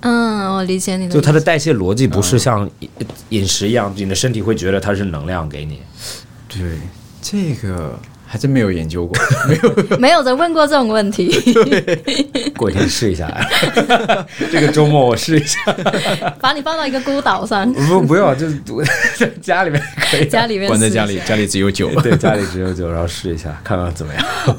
嗯，我理解你的意
就
思。
它的代谢逻辑不是像饮饮食一样，你的身体会觉得它是能量给你。
对，这个还真没有研 究过。没
没有人问过这种问题，
过一天试 一下，这个周末我试一下，
把你放到一个孤岛 上，
不不要，就是 在家里面可以，啊
家里面
关在
试一
家
下
里，家里只有酒。
对，家里只有酒，然后试一下，看看怎么样。
我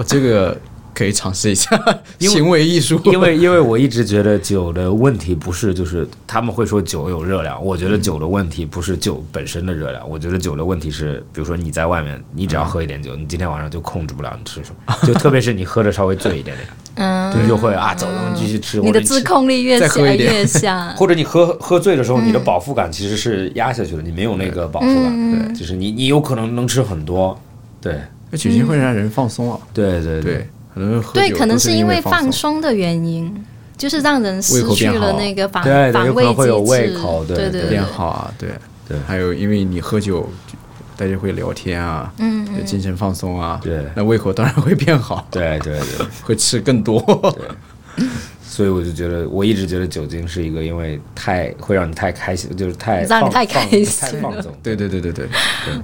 哦这个可以尝试一下
因 为
行为艺术，
因为因为我一直觉得酒的问题不是就是他们会说酒有热量，我觉得酒的问题不是酒本身的热量，我觉得酒的问题是，比如说你在外面，你只要喝一点酒，你今天晚上就控制不了你吃什么，就特别是你喝的稍微醉一点点，
嗯，
你就会啊，走，我们继续吃。
你
或
的
者吃
自，控力越
再
强
喝一点
越下。
或者你喝喝醉的时候，你的
嗯
饱腹感其实是压下去了，你没有那个饱腹感，
嗯
对，就是你你有可能能吃很多，对
那酒精会让人放松啊。
对对
对，，很多人喝
对，
酒
可能
都
是
因
因为
放
放。松的原因，就是让人失
胃口
去
变
了
好
那个防
对对
防
有可
卫
能
机
会有胃
制
口对
对
对
对
变，好啊，对
对
还有因为你喝酒，大家会聊天啊，嗯，精神放松啊，
对
那胃口当然会变好，
对对对。
会吃更多。
所以我就觉得，我一直觉得酒精是一个，因为太会让你太开心，就是太
让你
放
太
放
开心
太
了
放纵。
对对对对对，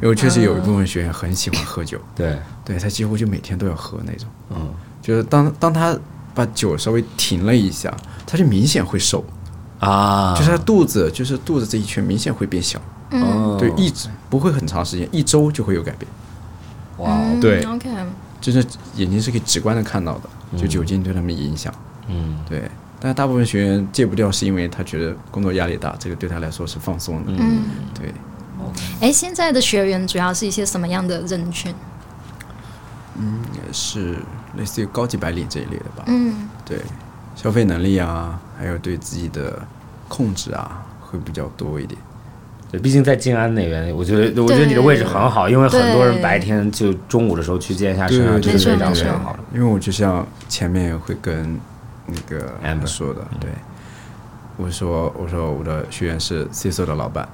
因为确实有一部分学员很喜欢喝酒，
对，
对他几乎就每天都要喝那种，
嗯，
就是当当他把酒稍微停了一下，他就明显会瘦，
啊
就是他肚子就是肚子这一圈明显会变小，
嗯
对，一直不会很长时间，一周就会有改变，
哇，
嗯
对
，OK，
就是眼睛是可以直观的看到的，就酒精对他们影响。
嗯，
对，但是大部分学员戒不掉，是因为他觉得工作压力大，这个对他来说是放松的。嗯，对，
哎，现在的学员主要是一些什么样的人群？
嗯也是类似于高级白领这一类的吧。
嗯，
对，消费能力啊，还有对自己的控制啊，会比较多一点。
对，毕竟在静安那边，我觉得我觉得你的位置很好，因为很多人
对
白天就中午的时候去健一下身啊，
对
这
对
是
对
非常
没
非
错
常好的。
因为我就像前面会跟那个
Amber
说的，对，我说我说我的学员是 CISO 的老板，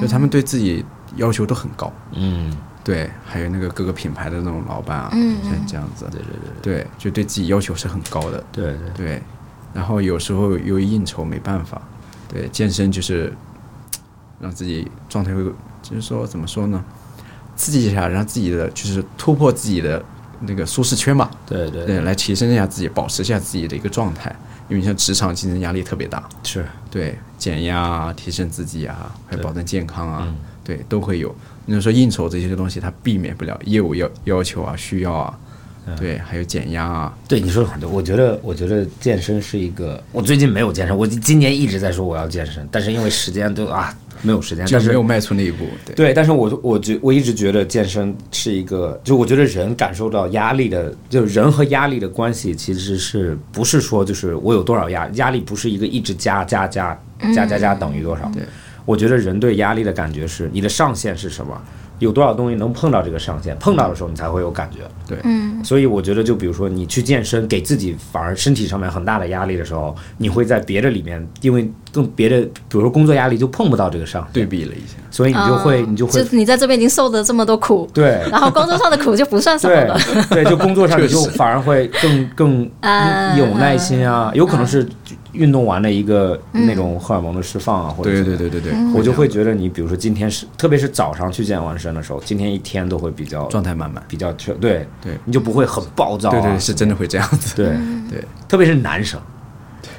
就他们对自己要求都很高。
嗯，
对，还有那个各个品牌的那种老板啊，像这样子，
对对对
对，就对自己要求是很高的，
对对
对。然后有时候由于应酬没办法，对，健身就是嘖让自己状态会，就是说怎么说呢，刺激一下，让自己的就是突破自己的那个舒适圈吧，
对对对，
对，来提升一下自己，保持一下自己的一个状态。因为像职场竞争压力特别大，
是
对，减压啊，提升自己啊，还有保证健康啊，对，都会有。你就说应酬这些东西，它避免不了业务要要求啊、需要啊，对，还有减压啊，
对，你说的很对，我觉得，我觉得健身是一个，我最近没有健身，我今年一直在说我要健身，但是因为时间都啊没有时间，
就
但
是
是
没有迈出那一步。对，
对，但是我我觉我一直觉得健身是一个，就我觉得人感受到压力的，就是人和压力的关系，其实是不是说就是我有多少压压力，不是一个一直加加加加加加等于多少。嗯对，我觉得人对压力的感觉是你的上限是什么，有多少东西能碰到这个上限，碰到的时候你才会有感觉。
对
嗯，所以我觉得就比如说你去健身，给自己反而身体上面很大的压力的时候，你会在别的里面，因为更别的，比如说工作压力就碰不到这个上限。
对比了一下，
所以你就会，哦你就会
是你在这边已经受了这么多苦，
对
然后工作上的苦就不算什么了。
对对，就工作上你就反而会更更
啊
有耐心啊，有可能是运动完的一个
嗯
那种荷尔蒙的释放啊，或者
对
怎么
对
样
对对对，
我就会觉得你比如说今天是，特别是早上去健完身的时候，今天一天都会比较
状态满满。
比较缺，对
对
你就不会很暴躁啊，
对对，是真的会这样子。
对
嗯
对，
特别是男生，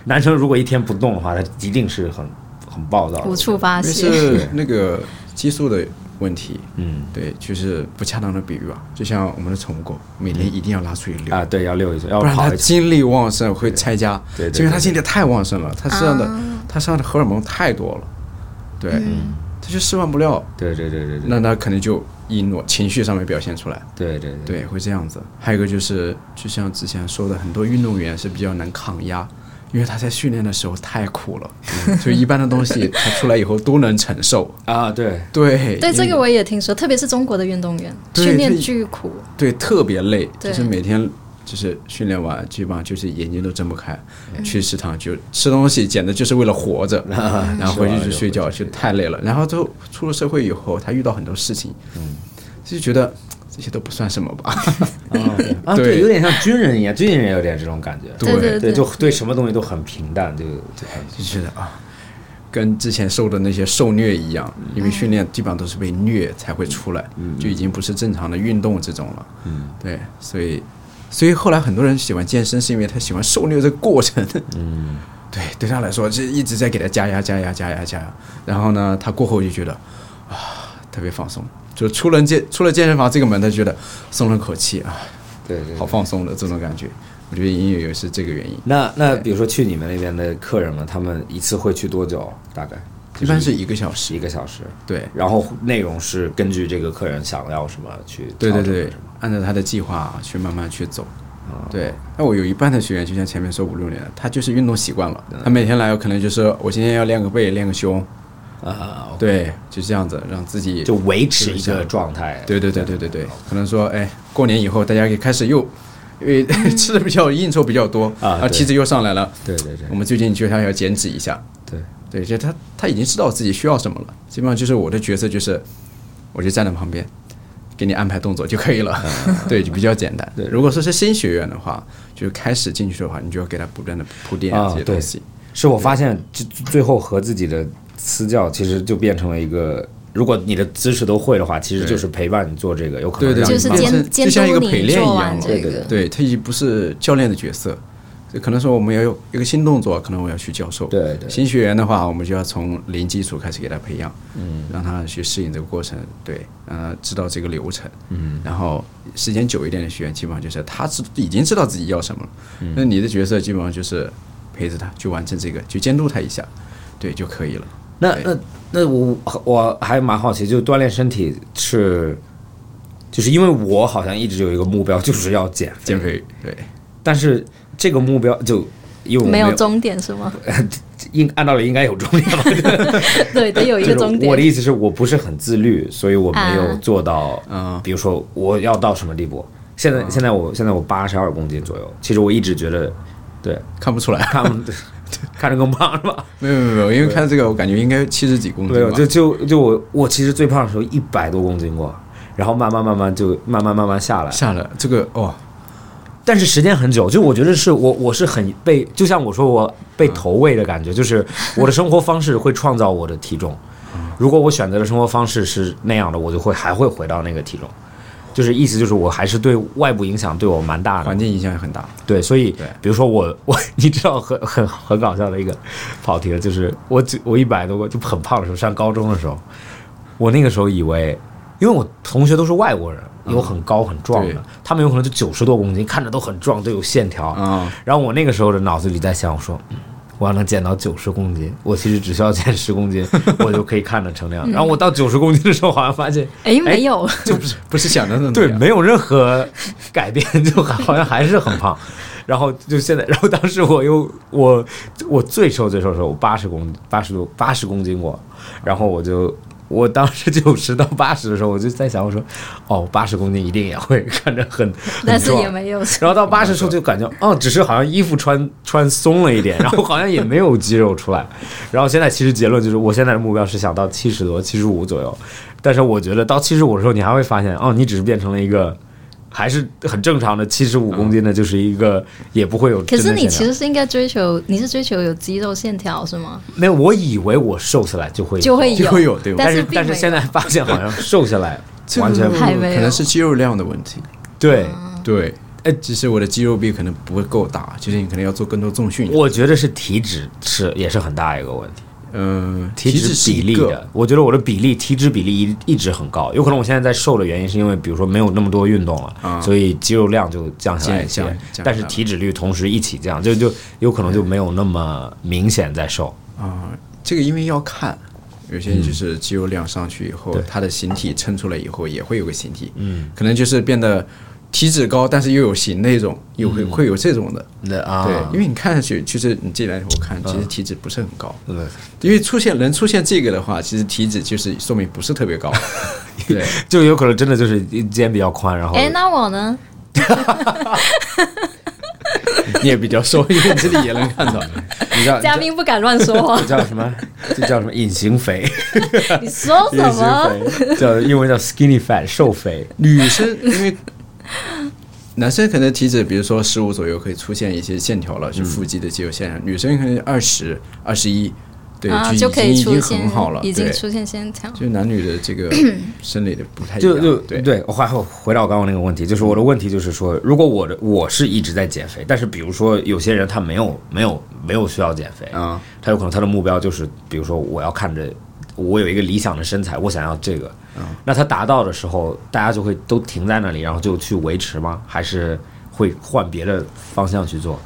男生如果一天不动的话，他一定是很很暴躁的，
无处发
因为
泄，
是那个激素的问题。
嗯
对，就是不恰当的比喻吧，就像我们的宠物狗，每天一定要拉出去遛，
啊，对，要溜一圈，要
不然
跑
它
一圈，
精力旺盛会拆家，
对对对
因为它精力太旺盛了，它身上的它身上的荷尔蒙太多了，对，它就释放不了，
对对对对对
那它可能就易怒，情绪上面表现出来，
对对对
对，会这样子。还有一个就是，就像之前说的，很多运动员是比较能抗压，因为他在训练的时候太苦 了，所以一般的东西他出来以后都能承受。
啊，对，
对，
对，
因
这
为
个我也听说，特别是中国的运动员，
对
训练
这
巨苦。
对特别累，
对
就是每天就是训练完，基本上就是眼睛都睁不开，去食堂就吃东西，简直 就是为了活着，然后回去就睡觉，就太累了。然后就出了社会以后，他遇到很多事情，就觉得这些都不算什么吧。
啊，
对
对，有点像军人一样，军人也有点这种感觉，
对对对对
就对什么东西都很平淡，就就很
就觉得啊，跟之前受的那些受虐一样，因为训练基本上都是被虐才会出来，就已经不是正常的运动这种了。嗯，对，所以所以后来很多人喜欢健身，是因为他喜欢受虐这个过程。嗯， 对，对他来说，这一直在给他加压、加压、加压、加压。然后呢，他过后就觉得啊，特别放松。就出了健出了健身房这个门，他觉得松了口气啊，
对对对
好放松的这种感觉。我觉得音乐也是这个原因，
那那比如说去你们那边的客人们，他们一次会去多久？大概
一般是一个小时
一。个小时。
对，
然后内容是根据这个客人想要什么去
对对
调整的
对
是吗，哦
按照他的计划去慢慢去走。对，那我有一半的学员，就像前面说五六年，他就是运动习惯了，他每天来可能就是我今天要练个背，练个胸，
啊，
对，就这样子让自己
就维持一个状态。
对对对对对对，可能说哎，过年以后大家可以开始又，因为 吃的比较应酬比较多
啊对
体脂又上来了，
对对对
我们最近就想要减脂一下，
对，
对，就他他已经知道自己需要什么了，基本上就是我的角色就是，我就站在旁边，给你安排动作就可以
啊
了， 对，就比较简单。对，如果说是新学员的话，就是开始进去的话，你就要给他不断的铺垫
啊
这些
对
东西。
是我发现最最后和自己的私教其实就变成了一个。如果你的姿势都会的话，其实就是陪伴你做这个，有可能
对，
让
就
你
是
慢慢
监
像
监
就像一
督
个
你
陪练一
做
样
完
了，
这个
对，他已经不是教练的角色。就可能说我们要有一个新动作，可能我要去教授。
对对
新学员的话，我们就要从零基础开始给他培养，嗯，让他去适应这个过程，对，让他知道这个流程，嗯，然后时间久一点的学员，基本上就是他知已经知道自己要什么了，
嗯
那你的角色基本上就是陪着他去完成这个，去监督他一下，对就可以了。
那那那我我还蛮好奇，就是锻炼身体是，就是因为我好像一直有一个目标，就是要减肥，
减肥，对，
但是这个目标就因为我
没
有
有终点是吗？
应按道理应该有终点吧？
对， 得有一个
就是
终
我的
点。
意思是我不是很自律，所以我没有
啊
做到，
嗯
比如说我要到什么地步。现在现在我现在我八十二公斤左右，其实我一直觉得，对，
看不出来，
看看着更胖是吧？
没有没有没有，因为看这个我感觉应该七十几公斤吧，
没有，就就就我我其实最胖的时候一百多公斤过，然后慢慢慢慢就慢慢慢慢下来，哎
下了 这个哦，
但是时间很久，就我觉得是我我是很被，就像我说我被
嗯
投喂的感觉，就是我的生活方式会创造我的体重。
嗯
如果我选择的生活方式是那样的，我就会还会回到那个体重。就是意思就是我还是对外部影响对我蛮大的
环，境影响也很大。
对，所以
对
比如说我我你知道很很很搞笑的一个跑题了，就是我只我一百多个就很胖的时候，上高中的时候，我那个时候以为，因为我同学都是外国人，有很高很壮
嗯对
的，他们有可能就九十多公斤，看着都很壮，都有线条
啊
然后我那个时候的脑子里在想，我说。嗯我要能减到九十公斤，我其实只需要减十公斤，我就可以看得成那样。然后我到九十公斤的时候，好像发现
哎，没有，
就不是不是想的那种
对，没有任何改变， 就好像还是很胖。然后就现在，然后当时我又我我最瘦最瘦的时候，我八十公八十多八十公斤过，然后我就我当时九十到八十的时候，我就在想，我说哦，八十公斤一定也会 看着很，很
但是
壮
也没有。
然后到八十时候就感觉，哦，只是好像衣服穿穿松了一点，然后好像也没有肌肉出来。然后现在其实结论就是，我现在的目标是想到七十多、七十五左右。但是我觉得到七十五的时候，你还会发现，哦，你只是变成了一个还是很正常的七十五公斤的，就是一个也不会有
可
真的
是
线条。
你其实是应该追求，你是追求有肌肉线条是吗？
没有，我以为我瘦下来就会
就会
就会有对吧
但
但是
并
但是
没有
现在发现好像瘦下来
这个
完全不
还没有
可能是肌肉量的问题。
对。
对，哎，其实我的肌肉臂可能不会够大，就是你可能要做更多重训。
我觉得是体脂是也是很大一个问题，
嗯、
体
脂
脂
是
比
一
例
个
的，我觉得我的比例体脂比例一一直很高，有可能我现在在瘦的原因是因为，比如说没有那么多运动了，所以肌肉量就啊降下来一
降
些
降降，
但是
下来
体脂率同时一起降，就就有可能就没有那么明显在瘦。
啊、这个因为要看，有些人就是肌
嗯
肉量上去以后，他的形体撑出来以后也会有个形体，嗯，可能就是变得体脂高但是又有型那种，有会会有这种的。
那嗯啊，嗯
对，因为你看上去，其实你这两天我看，其实体脂不是很高，
对
因为出现能出现这个的话，其实体脂就是说明不是特别 高。对，
就有可能真的就是肩比较宽，然后
哎，那我呢？
你也比较瘦，因为这里也能看 到。
你知道
嘉宾不敢乱说话
这，叫什么？ 这叫什么？隐形肥，
你说
隐
什么？
形肥 叫英文叫 skinny fat，瘦肥。
女生因为男生可能体脂，比如说十五左右可以出现一些线条了，就腹肌的肌肉线条；女生可能二十二十一，对，
啊，
已
就可
经
以
已
出
经
现
很好了，
已经
对
出现线条。
就男女的 这个生理的不太一
就就
样，对，
我还回回到我刚刚那个问题，就是我的问题就是说，如果我的我是一直在减肥，但是比如说有些人他没有没有没有需要减肥，
啊，
他有可能他的目标就是，比如说我要看着我有一个理想的身材，我想要这个，
啊
那他达到的时候，大家就会都停在那里，然后就去维持吗？还是会换别的方向去做？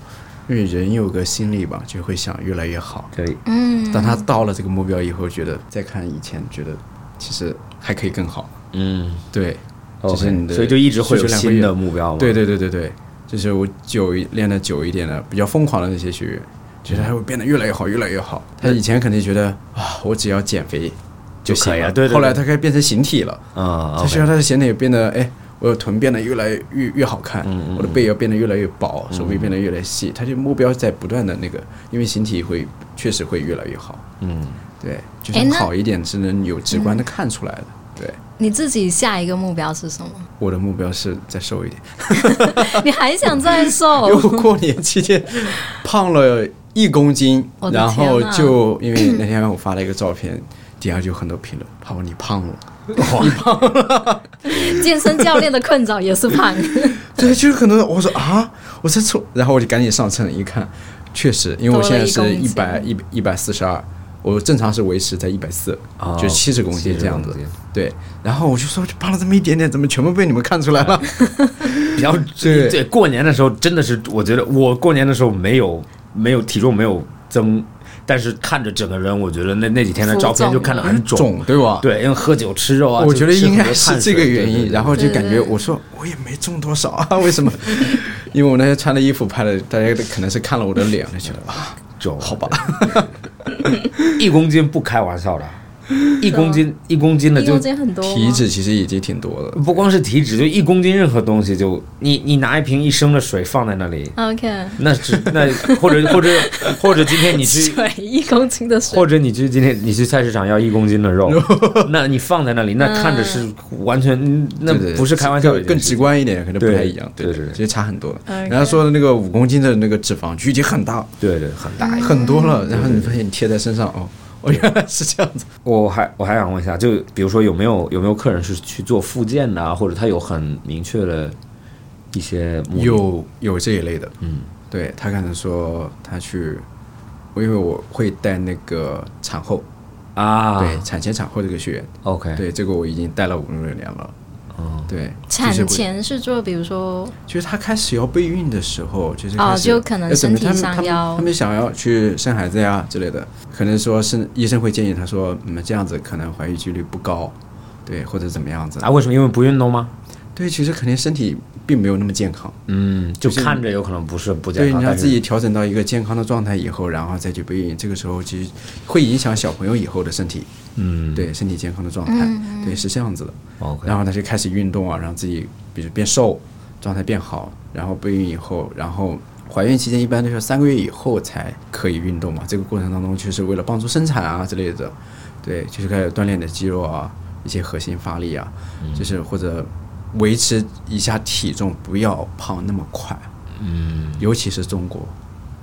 因为人有个心理吧，就会想越来越好。
这里
嗯，
当他到了这个目标以后，觉得再看以前，觉得其实还可以更好。
嗯，
对，就
OK，
是你的，
所以就一直会有
需求量
新的
越
目标吗？
对对对对对，就是我久一练的久一点的，比较疯狂的那些学员，觉得他会变得越来越好，越来越好。他以前肯定觉得啊，我只要减肥
就
行
可以
了，
了对对对
后来他开始变成形体了，
嗯，
他需要他的形体变得哎。我的臀变得越来越越好看，
嗯
我的背要变得越来越薄，手臂变得越来越细，他就目标在不断的那个，因为形体会确实会越来越好，
嗯，
对，就
哎
是
那
好一点是能有直观的看出来的。对，
你自己下一个目标是什么？
我的目标是再瘦一点，
你还想再
因为我
瘦？
过年期间胖了一公斤
我，的
然后
天呐
就因为那天我发了一个照片，底下就很多评论，怕我你胖了，
健身教练的困扰也是 胖。
对，就是很多人我说啊，我在错，然后我就赶紧上称一看，确实，因为我现在
多了
是
一公
一
斤
百一一百四十二，我正常是维持在一百四
哦，
就七十公斤
70
这样子
公斤，
对，然后我就说就胖了这么一点点，怎么全部被你们看出来了？
比 较
对
对过年的时候真的是，我觉得我过年的时候没有没有体重没有增，但是看着整个人，我觉得那那几天的
浮
照片
肿
就看着很肿，
肿 对吧？
对，因为喝酒吃肉啊，
我
就
觉得
吃很
应该
多
是
碳
这
水
个
对
原
对
因，
对
然后就感
对
觉
对
我说我也没重多少啊， 为什么？因为我那天穿的衣服拍的，大家可能是看了我的脸，就觉得啊，
肿，
好吧，
一公斤不开 玩笑的，一公斤一公斤的
啊一
就
公斤很多吗
体脂其实已经挺多了。
不光是体脂，就一公斤任何东西就你你拿一瓶一升的水放在那里，
OK，
那是那 或者或者或者今天 你去
水一公斤的 水
或者你去今天你去菜市场要一公斤的 肉，那你放在那里，那看着是完全，那
嗯对对对
不是开玩笑的
更
一
更
件事
直
情，
观一点，可能不
对
太一样，对
对对
其实差很多了。
OK
人家说的那个五公斤的那个脂肪就已经很大
对对，很大。
很多了，然后你发现你贴在身上，哦，哦，原来是这样子。
我还我还想问一下，就比如说有没有有没有客人是去做复健的啊，或者他有很明确的一些目的，
有有这一类的，嗯，对他可能说他去，我因为我会带那个产后，
啊？
对产前产后这个学员，
，OK，
对，这个我已经带了五六年了。
嗯，
对，
产
就是会
前是做，比如说
就是她开始要备孕的时候，就是
哦
开始
就可能
要准备
身体上
他们他
要
们他们想要去生孩子呀之类的，可能说是医生会建议她说，你们这样子可能怀孕几率不高，对，或者怎么样子。
啊，为什么？因为不运动吗？
对，其实肯定身体并没有那么健康。
嗯，就看着有可能不是不健
对，
康，
你让
但
自
是
己调整到一个健康的状态以后，然后再去备孕，这个时候其实会影响小朋友以后的身体，
嗯
对身体健康的状态，
嗯
对是这样子的。
，OK，
然后他就开始运动啊，让自己比如变瘦，状态变好，然后备孕以后，然后怀孕期间一般都是三个月以后才可以运动嘛，这个过程当中就是为了帮助生产啊之类的，对，就是开始锻炼你的肌肉啊，一些核心发力啊，
嗯
就是或者维持一下体重，不要胖那么快，
嗯，
尤其是中国，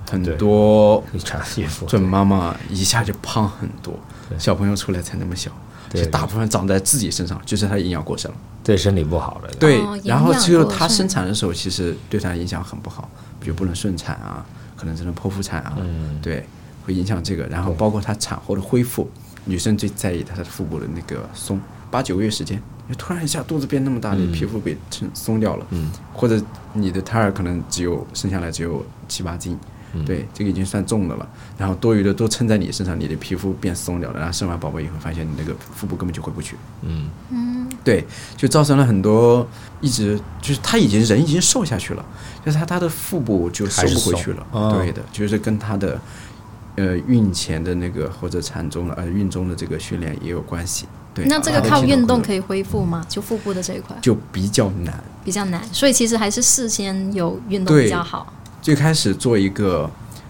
很
对
多
可以查清楚，
准妈妈一下就胖很多，
对
小朋友出来才那么小，
对
就大部分长在自己身上，就是他营养过剩了。
对身体不好的，
对
哦，
然后
营养
只有
过
她
剩
生产的时候，其实对她影响很不好，比如不能顺产啊，可能只能剖腹产啊，对，会影响这个。然后包括她产后的恢复，女生最在意她的腹部的那个松，八九个月时间，你突然一下肚子变那么大，你皮肤被撑松掉了，或者你的胎儿可能只有生下来只有七八斤，对，这个已经算重的了。然后多余的都撑在你身上，你的皮肤变松掉了。然后生完宝宝以后，发现你那个腹部根本就回不去。
嗯
嗯，
对，就造成了很多一直就是他已经人已经瘦下去了，就是他他的腹部就收
还是
不回
瘦
去了。
哦
对的，就是跟他的呃孕前的那个或者产中的呃孕中的这个训练也有关系。对，啊
那这个
他的
靠
肌肉
运动
可
可以恢复吗？就腹部的这一块
能就比较难。
比较难，所以其实还是事先有运动
对
比较好。
最开始做一个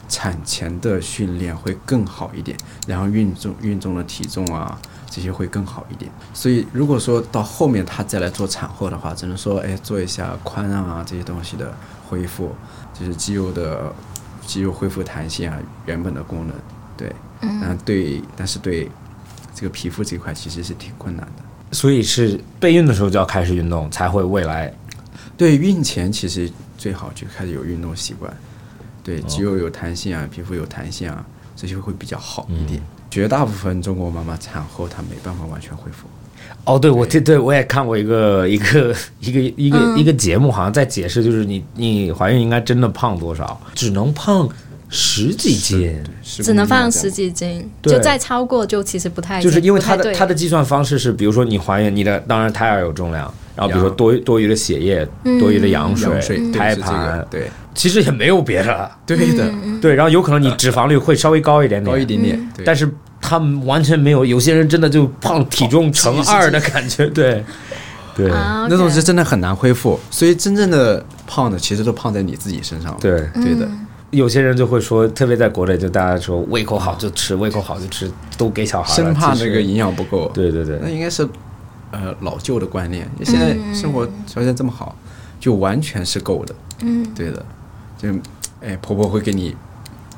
产前的训练会更好一点，然后运动运动的体重啊这些会更好一点。所以如果说到后面他再来做产后的话，只能说哎做一下髋啊这些东西的恢复，就是肌肉的肌肉恢复弹性啊原本的功能，对，嗯，对，但是对这个皮肤这块其实是挺困难的。
所以是备孕的时候就要开始运动，才会未来
对，孕前其实最好就开始有运动习惯，对，
哦
肌肉有弹性啊，皮肤有弹性啊，这些会比较好
嗯
一点。绝大部分中国妈妈产后她没办法完全恢复，
哦，对，我这对我也看过一个一个一个一个、
嗯
一个节目，好像在解释，就是你你怀孕应该真的胖多少，只能胖十几斤，
是
只能放十几
几。
斤，
对
就再超过就其实不太
就是因为它
哎不太
的
对
它的计算方式是，比如说你怀孕，你的当然胎儿有重量，然后比如说
羊
多余多余的血液、
嗯
多余的羊
羊水对
胎
是这个
盘，
对
其实也没有别的，
对
嗯
的，
对，然后有可能你脂肪率会稍微高一点点，
高一点点，对
但是他们完全没有，有些人真的就胖体重乘二的感 觉，对，对，
啊，
那种
OK
是真的很难恢复。所以真正的胖的其实都胖在你自己身上了。
对
嗯
对的，
有些人就会说，特别在国内，就大家说胃口好就吃，胃口好就吃，都给小孩了，
生怕
其实
那个营养不够。
对对
那
对，
应该是呃老旧的观念。现在生活条件这么好，就完全是够的。
嗯，
对的，就哎婆婆会给你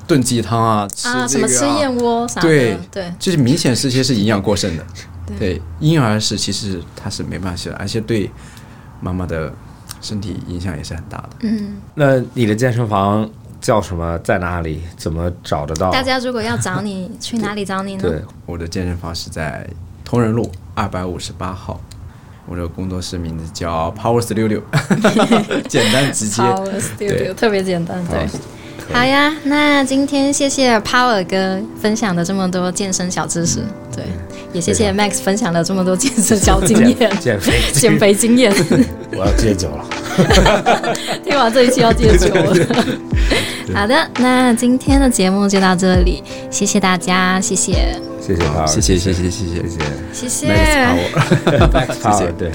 炖鸡汤啊，吃
啊，什
这
么
个
吃燕窝啥的，
对
对，
就是明显是些是营养过剩的。
对
对，婴儿是其实他是没办法吃的，而且对妈妈的身体影响也是很大的。
嗯，
那你的健身房叫什么？在哪里？怎么找得到？
大家如果要找你，去哪里找你呢？
对，
我的健身房是在同仁路二百五十八号。我的工作室名字叫 Powers 六 六，简单直接。
Power Studio
对
特别简单，对
Power。
好呀，那今天谢谢 Power 哥分享的这么多健身小知识，对，也谢谢 Max 分享了这么多健身小经验、
减肥，
减，肥经验。
我要戒酒了。
听完这一期要戒酒了。 好的，那今天的节目就到这里，谢谢大家，谢谢，
谢谢 Power，
谢谢谢谢谢谢
谢
谢
谢
谢
Max Power，
Power，
谢谢
对。